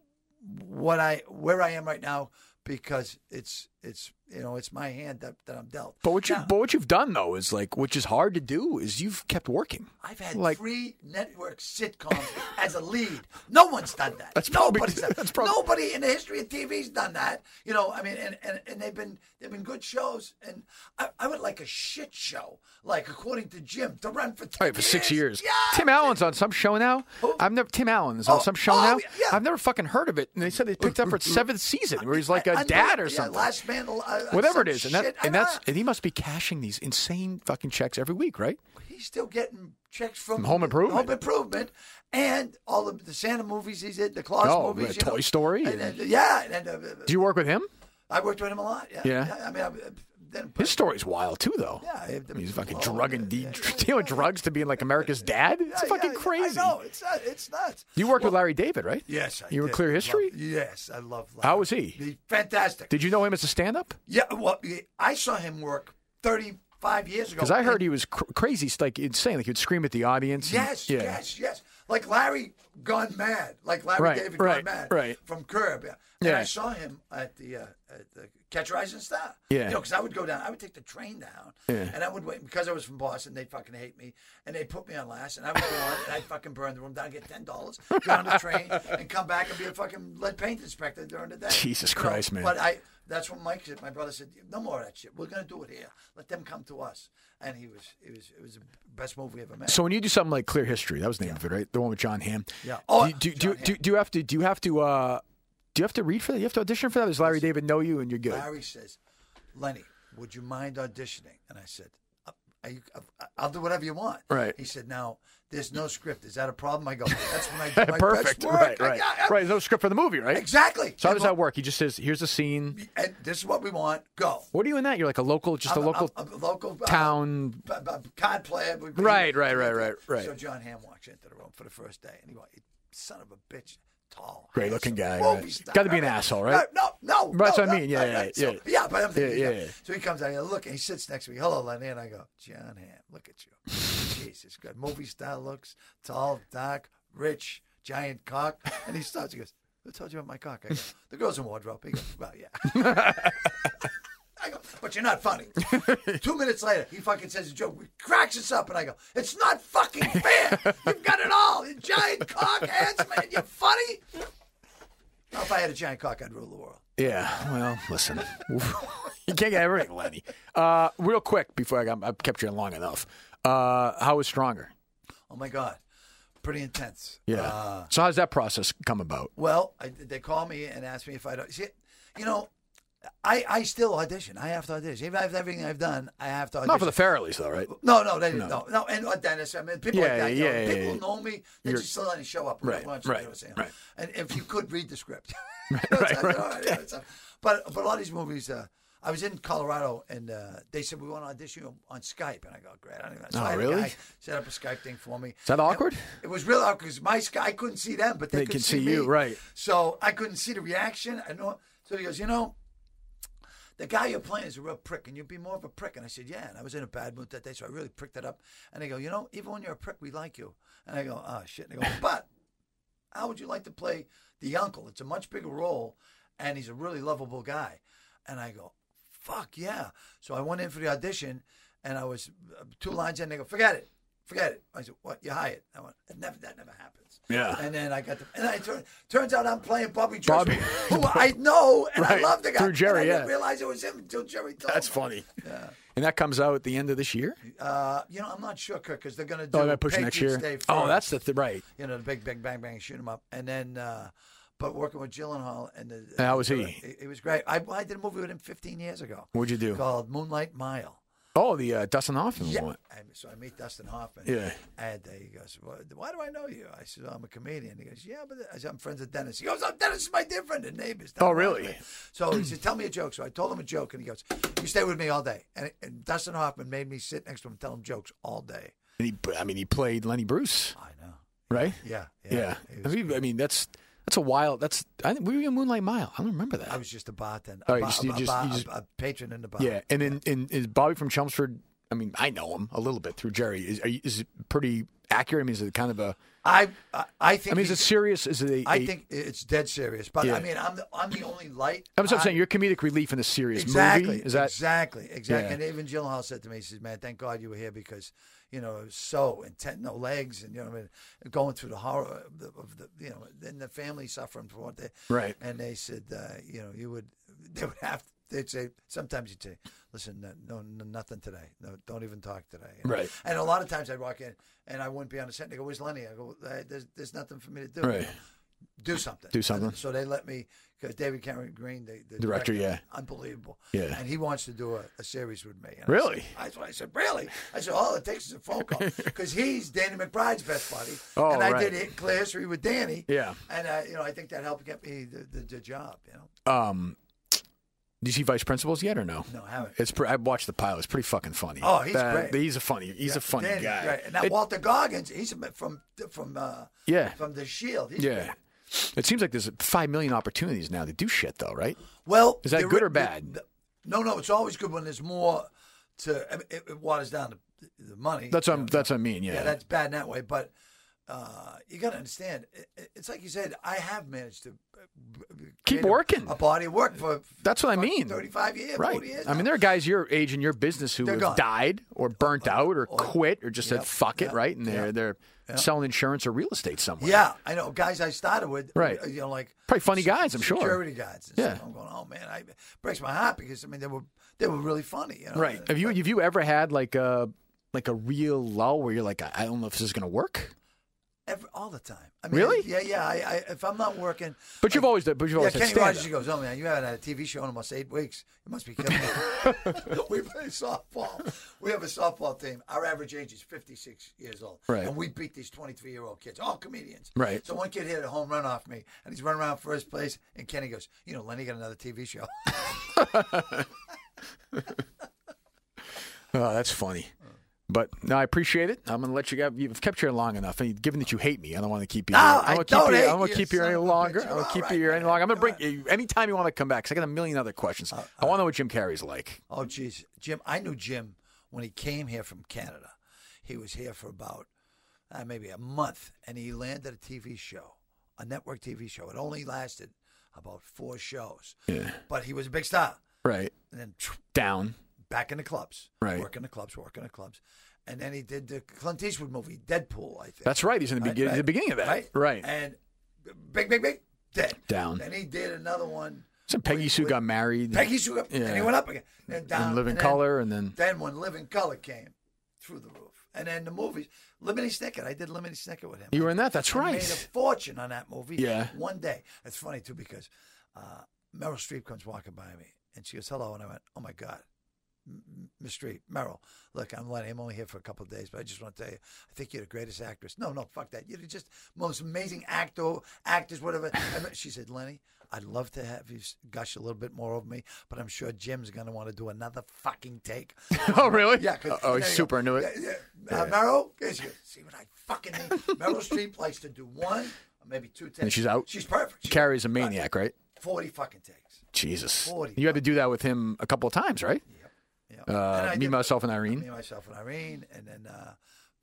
Speaker 3: what I where I am right now because it's it's you know it's my hand that, that I'm dealt.
Speaker 2: But what you
Speaker 3: Now,
Speaker 2: but what you've done though is like which is hard to do is you've kept working.
Speaker 3: I've had
Speaker 2: like-
Speaker 3: three network sitcoms as a lead. No one's done that.
Speaker 2: That's probably-
Speaker 3: Nobody's done.
Speaker 2: that's probably-
Speaker 3: Nobody in the history of TV's done that. You know, I mean, and, and, and they've been they've been good shows, and I, I would like a shit show, like according to Jim, to run for
Speaker 2: All right, for six years.
Speaker 3: Yeah,
Speaker 2: Tim Allen's on some show now. I've never Tim Allen is on
Speaker 3: Oh,
Speaker 2: some show
Speaker 3: oh,
Speaker 2: now.
Speaker 3: yeah.
Speaker 2: I've never fucking heard of it. And they said they picked up for its seventh season, where he's like
Speaker 3: I-
Speaker 2: a
Speaker 3: I-
Speaker 2: dad or
Speaker 3: yeah,
Speaker 2: something.
Speaker 3: Last man, al- uh,
Speaker 2: Whatever it
Speaker 3: some
Speaker 2: is, and that
Speaker 3: shit. I
Speaker 2: and
Speaker 3: don't
Speaker 2: that's
Speaker 3: know.
Speaker 2: and he must be cashing these insane fucking checks every week, right?
Speaker 3: He he's still getting checks from
Speaker 2: Home Improvement.
Speaker 3: Home Improvement, and all of the Santa movies he's in, the Claus
Speaker 2: Oh,
Speaker 3: movies,
Speaker 2: uh,
Speaker 3: you know.
Speaker 2: Toy Story
Speaker 3: and,
Speaker 2: and-
Speaker 3: and, yeah. And, uh,
Speaker 2: Do you work with him?
Speaker 3: I worked with him a lot. Yeah,
Speaker 2: Yeah.
Speaker 3: I mean, I, then
Speaker 2: His story's wild too, though.
Speaker 3: Yeah, I-
Speaker 2: I mean, he's fucking
Speaker 3: well,
Speaker 2: drugging, de-
Speaker 3: yeah,
Speaker 2: dealing drugs to being like America's dad. It's
Speaker 3: Yeah,
Speaker 2: fucking
Speaker 3: yeah,
Speaker 2: crazy.
Speaker 3: I know it's not, it's nuts.
Speaker 2: You worked with Larry David, right?
Speaker 3: Yes, I
Speaker 2: You were
Speaker 3: did.
Speaker 2: Clear
Speaker 3: Love-
Speaker 2: History?
Speaker 3: yes, I love. Larry.
Speaker 2: How was he?
Speaker 3: He's fantastic.
Speaker 2: Did you know him as a stand-up?
Speaker 3: yeah, well, I saw him work thirty-five years ago.
Speaker 2: Because I heard he was cr- crazy, like insane. Like he'd scream at the audience. and-
Speaker 3: Yes,
Speaker 2: yeah.
Speaker 3: yes, yes. Like Larry gone mad. Like Larry
Speaker 2: Right,
Speaker 3: David
Speaker 2: right,
Speaker 3: gone mad.
Speaker 2: right.
Speaker 3: From Curb. Yeah. And
Speaker 2: Yeah.
Speaker 3: I saw him at the, uh, at the Catch Your Eyes and Stop.
Speaker 2: Yeah.
Speaker 3: You know, because I would go down. I would take the train down.
Speaker 2: Yeah.
Speaker 3: And I would wait because I was from Boston. They fucking hate me, and they put me on last. And I would go on and I'd fucking burn the room down, get ten dollars, get on the train, and come back and be a fucking lead paint inspector during the day.
Speaker 2: Jesus
Speaker 3: You know,
Speaker 2: Christ, man.
Speaker 3: But I. That's what Mike said. My brother said, "No more of that shit. We're gonna do it here. Let them come to us." And he was, it was, it was the best move we ever made.
Speaker 2: So when you do something like Clear History, that was the name of it, right? The one with John Hamm.
Speaker 3: Yeah.
Speaker 2: Oh,
Speaker 3: Oh,
Speaker 2: do, you- do,
Speaker 3: John
Speaker 2: do, do, do you have to? Do you have to? Uh, do you have to read for that? You have to audition for that. Does Larry David know you and you're good?
Speaker 3: Larry says, Lenny, would you mind auditioning? And I said, "Uh, are you, uh, I'll do whatever you want.
Speaker 2: Right.
Speaker 3: He said, now, there's no script. Is that a problem? I go, that's when I do my
Speaker 2: Perfect.
Speaker 3: best work.
Speaker 2: Right.
Speaker 3: I-
Speaker 2: Right.
Speaker 3: I- I-
Speaker 2: right. There's no script for the movie, right?
Speaker 3: Exactly.
Speaker 2: So how
Speaker 3: And
Speaker 2: does that work? He just says, "Here's a scene."
Speaker 3: what- And this is what we want. Go.
Speaker 2: What are you in that? You're like a local, just a
Speaker 3: I'm
Speaker 2: local
Speaker 3: I'm a local uh,
Speaker 2: town.
Speaker 3: b- b- card player. would be-
Speaker 2: Right, right, right, right, right.
Speaker 3: So John Hamm walks into the room for the first day, and he goes, "Son of a bitch, tall,
Speaker 2: Great looking guy,
Speaker 3: handsome,
Speaker 2: right.
Speaker 3: movie star."
Speaker 2: Gotta be an asshole, right?
Speaker 3: No, no, no.
Speaker 2: That's
Speaker 3: no,
Speaker 2: what I mean, yeah,
Speaker 3: no,
Speaker 2: yeah,
Speaker 3: right. So-
Speaker 2: yeah.
Speaker 3: yeah, but I'm thinking,
Speaker 2: Yeah,
Speaker 3: yeah,
Speaker 2: yeah, yeah.
Speaker 3: So he comes out here, look, and he sits next to me. Hello, Lenny, and I go, John Hamm, look at you, Jesus, good movie star looks, tall, dark, rich, giant cock, and he starts. He goes, "Who told you about my cock?" I go, "The girls in wardrobe." He goes, "Well, yeah." I go, but you're not funny. Two minutes later, he fucking says a joke. We cracks us up, and I go, it's not fucking fair. You've got it all. You giant cock hands, man. You're funny. Now, if I had a giant cock, I'd rule the world.
Speaker 2: Yeah. Well, listen, you can't get everything, Lenny. Uh, real quick, before I, got, I kept you in long enough. Uh, how is stronger?
Speaker 3: Oh my god, pretty intense.
Speaker 2: Yeah.
Speaker 3: Uh,
Speaker 2: so how's that process come about?
Speaker 3: well, I, they call me and ask me if I don't. See, you know, I I still audition. I have to audition. Even after everything I've done, I have to audition.
Speaker 2: Not for the Farrellys, though, right?
Speaker 3: No, no, they didn't. No, no, and uh, Dennis, I mean, people
Speaker 2: Yeah,
Speaker 3: like that. you know,
Speaker 2: yeah, yeah,
Speaker 3: people
Speaker 2: yeah.
Speaker 3: know me. They
Speaker 2: You're-
Speaker 3: just still let me show up.
Speaker 2: Right,
Speaker 3: once,
Speaker 2: right,
Speaker 3: you know what I'm saying?
Speaker 2: right.
Speaker 3: And if you could read the script,
Speaker 2: right,
Speaker 3: It's-
Speaker 2: right.
Speaker 3: all yeah, it's- but but a lot of these movies. Uh, I was in Colorado and uh, they said we want to audition you on Skype, and I go great. I don't even know. So
Speaker 2: Oh,
Speaker 3: I had
Speaker 2: really?
Speaker 3: A guy set up a Skype thing for me. Is
Speaker 2: that awkward?
Speaker 3: It, was real awkward because my Sky I couldn't see them, but they,
Speaker 2: They
Speaker 3: could
Speaker 2: can
Speaker 3: see,
Speaker 2: see you,
Speaker 3: me.
Speaker 2: right.
Speaker 3: So I couldn't see the reaction. I know. So he goes, you know, the guy you're playing is a real prick, and you'd be more of a prick. And I said, yeah. And I was in a bad mood that day, so I really pricked it up. And they go, you know, even when you're a prick, we like you. And I go, oh shit. And they go, but how would you like to play the uncle? It's a much bigger role, and he's a really lovable guy. And I go, fuck yeah. So I went in for the audition, and I was uh, two lines in. They go, forget it, forget it. I said, what? You hired? I went, it never, that never happens.
Speaker 2: Yeah.
Speaker 3: And then I got the, and I turn, turns out I'm playing Bobby Jones,
Speaker 2: Bobby-
Speaker 3: who I know and
Speaker 2: Right.
Speaker 3: I love the guy.
Speaker 2: Through Jerry,
Speaker 3: and I
Speaker 2: yeah.
Speaker 3: didn't realize it was him until Jerry told me.
Speaker 2: funny. And that comes out at the end of this year.
Speaker 3: Uh, you know, I'm not sure, Kirk, because they're going to do
Speaker 2: Oh, that push next year.
Speaker 3: Patriots Day
Speaker 2: oh,
Speaker 3: first.
Speaker 2: that's the th- right.
Speaker 3: you know, the big, big, bang, bang, shoot 'em up. And then, uh, but working with Gyllenhaal and the,
Speaker 2: How was he?
Speaker 3: It, it was great. I, I did a movie with him 15 years ago.
Speaker 2: What'd you do?
Speaker 3: Called Moonlight Mile.
Speaker 2: Oh, the uh, Dustin Hoffman one.
Speaker 3: And so I meet Dustin Hoffman.
Speaker 2: Yeah.
Speaker 3: And uh, he goes, well, "Why do I know you?" I said, "I'm a comedian." He goes, "Yeah, but I said, I'm friends with Dennis." He goes, "Oh, Dennis is my dear friend and neighbors."
Speaker 2: Oh, really?
Speaker 3: So he said, "Tell me a joke." So I told him a joke, and he goes, "You stay with me all day." And, and Dustin Hoffman made me sit next to him, and tell him jokes all day.
Speaker 2: And he, I mean, he played Lenny Bruce,
Speaker 3: I know.
Speaker 2: right?
Speaker 3: Yeah.
Speaker 2: Yeah.
Speaker 3: It
Speaker 2: I,
Speaker 3: was
Speaker 2: mean, I mean, that's that's a wild. That's I, think we were in Moonlight Mile. I don't remember that.
Speaker 3: I was just a bartender.
Speaker 2: Oh,
Speaker 3: A,
Speaker 2: you
Speaker 3: ba-
Speaker 2: just-
Speaker 3: a,
Speaker 2: you
Speaker 3: ba-
Speaker 2: just- you
Speaker 3: a-
Speaker 2: just-
Speaker 3: a patron in the bar.
Speaker 2: yeah. And then and is Bobby from Chelmsford? I mean, I know him a little bit through Jerry. Is, are you- is it pretty accurate? I mean, is it kind of a?
Speaker 3: I I, I
Speaker 2: I
Speaker 3: think.
Speaker 2: mean, is it
Speaker 3: he's-
Speaker 2: serious? Is it? A,
Speaker 3: I
Speaker 2: a-
Speaker 3: think it's dead serious. But
Speaker 2: Yeah.
Speaker 3: I mean, I'm the, I'm the only light.
Speaker 2: I'm, just
Speaker 3: I-
Speaker 2: saying your comedic relief in a serious
Speaker 3: Exactly.
Speaker 2: movie. Is that
Speaker 3: exactly exactly?
Speaker 2: Yeah.
Speaker 3: And even Gyllenhaal said to me, he says, "Man, thank God you were here because you know it was so intense, no legs, and you know what I mean, going through the horror of the, of the you know, and the family suffering from what they
Speaker 2: Right.
Speaker 3: And they said, uh, you know, you would they would have they'd say sometimes you'd say, listen, no, no, no nothing today, no, don't even talk today, you know?
Speaker 2: Right.
Speaker 3: And a lot of times I'd walk in and I wouldn't be on the set. and They go, "Where's Lenny?" I go, "Uh, "There's there's nothing for me to do." you
Speaker 2: Right.
Speaker 3: know? do something.
Speaker 2: Do something.
Speaker 3: And so they let me because David Cameron Green, the, the
Speaker 2: Director,
Speaker 3: unbelievable.
Speaker 2: Yeah.
Speaker 3: and he wants to do a, a series with me. And I
Speaker 2: Really?
Speaker 3: said- That's why I said really. I said all it takes is a phone call because he's Danny McBride's best buddy.
Speaker 2: Oh,
Speaker 3: and I
Speaker 2: right.
Speaker 3: did it, clear history with Danny.
Speaker 2: Yeah.
Speaker 3: and uh, you know I think that helped get me the, the, the job. You know,
Speaker 2: Um, did you see Vice Principals yet or no?
Speaker 3: no, I haven't.
Speaker 2: It's pre- I watched the pilot. It's pretty fucking funny.
Speaker 3: Oh, he's
Speaker 2: That-
Speaker 3: great.
Speaker 2: He's a funny. He's a funny
Speaker 3: Danny,
Speaker 2: guy.
Speaker 3: Right. And now
Speaker 2: It-
Speaker 3: Walter Goggins, he's a bit from from uh,
Speaker 2: yeah,
Speaker 3: from the Shield. He's
Speaker 2: yeah. It seems like there's five million opportunities now to do shit though, right?
Speaker 3: Well,
Speaker 2: Is that
Speaker 3: there
Speaker 2: good
Speaker 3: i-
Speaker 2: or bad?
Speaker 3: the- no, no, it's always good when there's more to. I mean, it, it waters down the, the money.
Speaker 2: That's what I'm, that's what I mean. Yeah.
Speaker 3: yeah, that's bad in that way. But uh, you got to understand, it, it- it's like you said. I have managed to uh, b- b- create a-
Speaker 2: working.
Speaker 3: a body of work for
Speaker 2: That's what I
Speaker 3: fucking
Speaker 2: mean.
Speaker 3: Thirty-five years,
Speaker 2: right.
Speaker 3: 40 years
Speaker 2: I mean,
Speaker 3: now.
Speaker 2: there are guys your age in your business who
Speaker 3: They're
Speaker 2: have
Speaker 3: gone.
Speaker 2: died or burnt out or quit or just
Speaker 3: Yep,
Speaker 2: said fuck
Speaker 3: yep,
Speaker 2: it, right? And they're
Speaker 3: yep,
Speaker 2: they're selling insurance or real estate somewhere.
Speaker 3: Yeah, I know guys I started with.
Speaker 2: Right.
Speaker 3: uh, You know, like
Speaker 2: Probably funny guys, I'm sure.
Speaker 3: security guys. And yeah.
Speaker 2: Yeah.
Speaker 3: I'm going, oh man, I, it breaks my heart because I mean they were they were really funny. You know? uh,
Speaker 2: Right. Have you have you ever had like a like a real lull where you're like, I I don't know if this is gonna work?
Speaker 3: Every, all the time. I mean,
Speaker 2: Really?
Speaker 3: Yeah, yeah. I, I, if I'm not working,
Speaker 2: But you've always done. But you've
Speaker 3: Yeah,
Speaker 2: always had
Speaker 3: Kenny
Speaker 2: stand-up.
Speaker 3: Rogers goes, "Oh man, you haven't had a TV show in almost eight weeks. You must be killing it." we play softball. We have a softball team. Our average age is fifty-six years old,
Speaker 2: Right.
Speaker 3: And we beat these twenty-three-year-old kids, all comedians,
Speaker 2: Right.
Speaker 3: So one kid hit a home run off me, and he's running around first place. And Kenny goes, "You know, Lenny got another TV show."
Speaker 2: Oh, that's funny. But no, I appreciate it. I'm gonna let you go. You've kept you here long enough, and given that you hate me, I don't want to keep you.
Speaker 3: No,
Speaker 2: here.
Speaker 3: Oh, I
Speaker 2: I'm gonna
Speaker 3: don't
Speaker 2: keep you.
Speaker 3: hate
Speaker 2: I'm gonna
Speaker 3: you,
Speaker 2: keep you
Speaker 3: son
Speaker 2: any
Speaker 3: of a
Speaker 2: longer.
Speaker 3: bitch.
Speaker 2: I'm gonna
Speaker 3: All
Speaker 2: keep
Speaker 3: right,
Speaker 2: you here any
Speaker 3: man.
Speaker 2: longer. I'm gonna
Speaker 3: Go
Speaker 2: bring
Speaker 3: on. Uh,
Speaker 2: you anytime you want to come back. Cause I got a million other questions. I want to know what Jim Carrey's like.
Speaker 3: Oh, geez. Jim, I knew Jim when he came here from Canada. He was here for about uh, maybe a month, and he landed a TV show, a network TV show. It only lasted about four shows.
Speaker 2: Yeah.
Speaker 3: But he was a big star.
Speaker 2: Right
Speaker 3: And then phew,
Speaker 2: down.
Speaker 3: back in the clubs.
Speaker 2: Right.
Speaker 3: Working the clubs, working the clubs. And then he did the Clint Eastwood movie, Deadpool, I think.
Speaker 2: That's right. He's in the,
Speaker 3: Right,
Speaker 2: begin-
Speaker 3: right,
Speaker 2: the beginning of that.
Speaker 3: Right? And big, big, big, dead.
Speaker 2: Down.
Speaker 3: Then he did another one.
Speaker 2: So Peggy
Speaker 3: with-
Speaker 2: Sue
Speaker 3: with-
Speaker 2: got married.
Speaker 3: Peggy Sue,
Speaker 2: Yeah.
Speaker 3: and he went up again. Then down.
Speaker 2: and Live in
Speaker 3: then-
Speaker 2: Color, and then
Speaker 3: Then when Living Color came, through the roof. And then the movies, Lemony Snicket. I did Lemony Snicket with him.
Speaker 2: you were in that. That's
Speaker 3: I
Speaker 2: right.
Speaker 3: Made a fortune on that movie.
Speaker 2: Yeah.
Speaker 3: One day, it's funny too because uh, Meryl Streep comes walking by me and she goes, "Hello," and I went, "Oh my God." M- M- Miss Streep, Meryl, look, I'm Lenny. I'm only here for a couple of days, but I just want to tell you, I think you're the greatest actress. No, no, fuck that. You're the just most amazing actor, actors, whatever. And she said, Lenny, I'd love to have you s- gush a little bit more over me, but I'm sure Jim's going to want to do another fucking take.
Speaker 2: oh really?
Speaker 3: Yeah, 'cause-
Speaker 2: Oh,
Speaker 3: there
Speaker 2: he's
Speaker 3: you go.
Speaker 2: super into it.
Speaker 3: Yeah, yeah. Uh, Meryl, yeah, she goes, see what I fucking mean. Meryl Streep likes to do one, or maybe two takes.
Speaker 2: she's out.
Speaker 3: She's perfect. She
Speaker 2: Carrey's a maniac, right?
Speaker 3: forty fucking takes.
Speaker 2: Jesus.
Speaker 3: Forty.
Speaker 2: You had to do that with him a couple of times, right?
Speaker 3: Yeah. And
Speaker 2: Uh,
Speaker 3: I
Speaker 2: me,
Speaker 3: did-
Speaker 2: myself, and
Speaker 3: me,
Speaker 2: Irene.
Speaker 3: myself, and Irene, and then uh,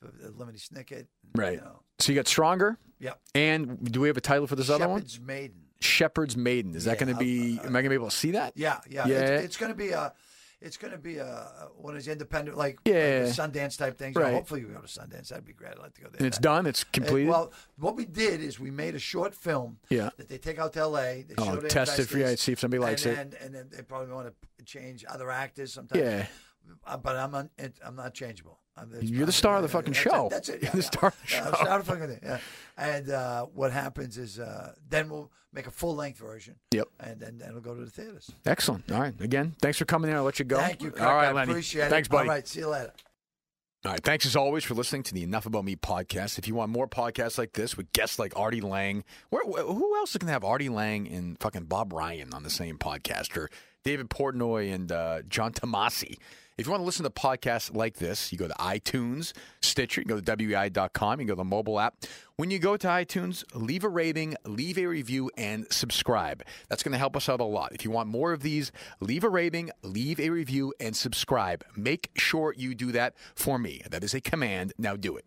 Speaker 3: the- the Lemony Snicket.
Speaker 2: Right.
Speaker 3: You know.
Speaker 2: So you got stronger.
Speaker 3: Yep.
Speaker 2: And do we have a title for this other one?
Speaker 3: Shepherd's Maiden.
Speaker 2: Shepherd's Maiden. Is that
Speaker 3: Yeah, uh,
Speaker 2: going to be? am I going to be able to see that?
Speaker 3: Yeah, yeah.
Speaker 2: Yeah.
Speaker 3: It's, it's gonna be a. It's gonna be a one of those independent like
Speaker 2: Yeah.
Speaker 3: like the Sundance type things. You know,
Speaker 2: Right.
Speaker 3: hopefully we go to Sundance. That'd be great. I'd like to go there.
Speaker 2: And it's done. It's
Speaker 3: Uh,
Speaker 2: completed.
Speaker 3: Well, what we did is we made a short film
Speaker 2: Yeah.
Speaker 3: that they take out to L.A. They
Speaker 2: Oh,
Speaker 3: show to
Speaker 2: test it for-
Speaker 3: investors,
Speaker 2: yeah, see if somebody likes it.
Speaker 3: and then, And then they probably want to change other actors sometimes.
Speaker 2: Yeah.
Speaker 3: Uh, but I'm un, it, I'm not changeable. I'm, that's-
Speaker 2: You're the star of the fucking
Speaker 3: that's
Speaker 2: show.
Speaker 3: It, that's it.
Speaker 2: You're
Speaker 3: Yeah,
Speaker 2: the
Speaker 3: yeah.
Speaker 2: star of the
Speaker 3: Yeah, I'm
Speaker 2: show.
Speaker 3: star of the fucking thing. Yeah. And uh, what happens is uh, then we'll make a full length version.
Speaker 2: Yep.
Speaker 3: And then then it'll go to the theaters.
Speaker 2: Excellent. All right. Again, thanks for coming in. I'll let you go.
Speaker 3: Thank you. Kirk.
Speaker 2: All right,
Speaker 3: I
Speaker 2: Lenny.
Speaker 3: Appreciate
Speaker 2: thanks,
Speaker 3: it.
Speaker 2: buddy.
Speaker 3: All right. See you later.
Speaker 2: All right. Thanks as always for listening to the Enough About Me podcast. If you want more podcasts like this with guests like Artie Lang, where, wh- who else can have Artie Lang and fucking Bob Ryan on the same podcast or David Portnoy and uh, John Tomasi? If you want to listen to podcasts like this, you go to iTunes, Stitcher, you go to E WEI.com, you go to the mobile app. When you go to iTunes, leave a rating, leave a review, and subscribe. That's going to help us out a lot. If you want more of these, leave a rating, leave a review, and subscribe. Make sure you do that for me. That is a command. Now do it.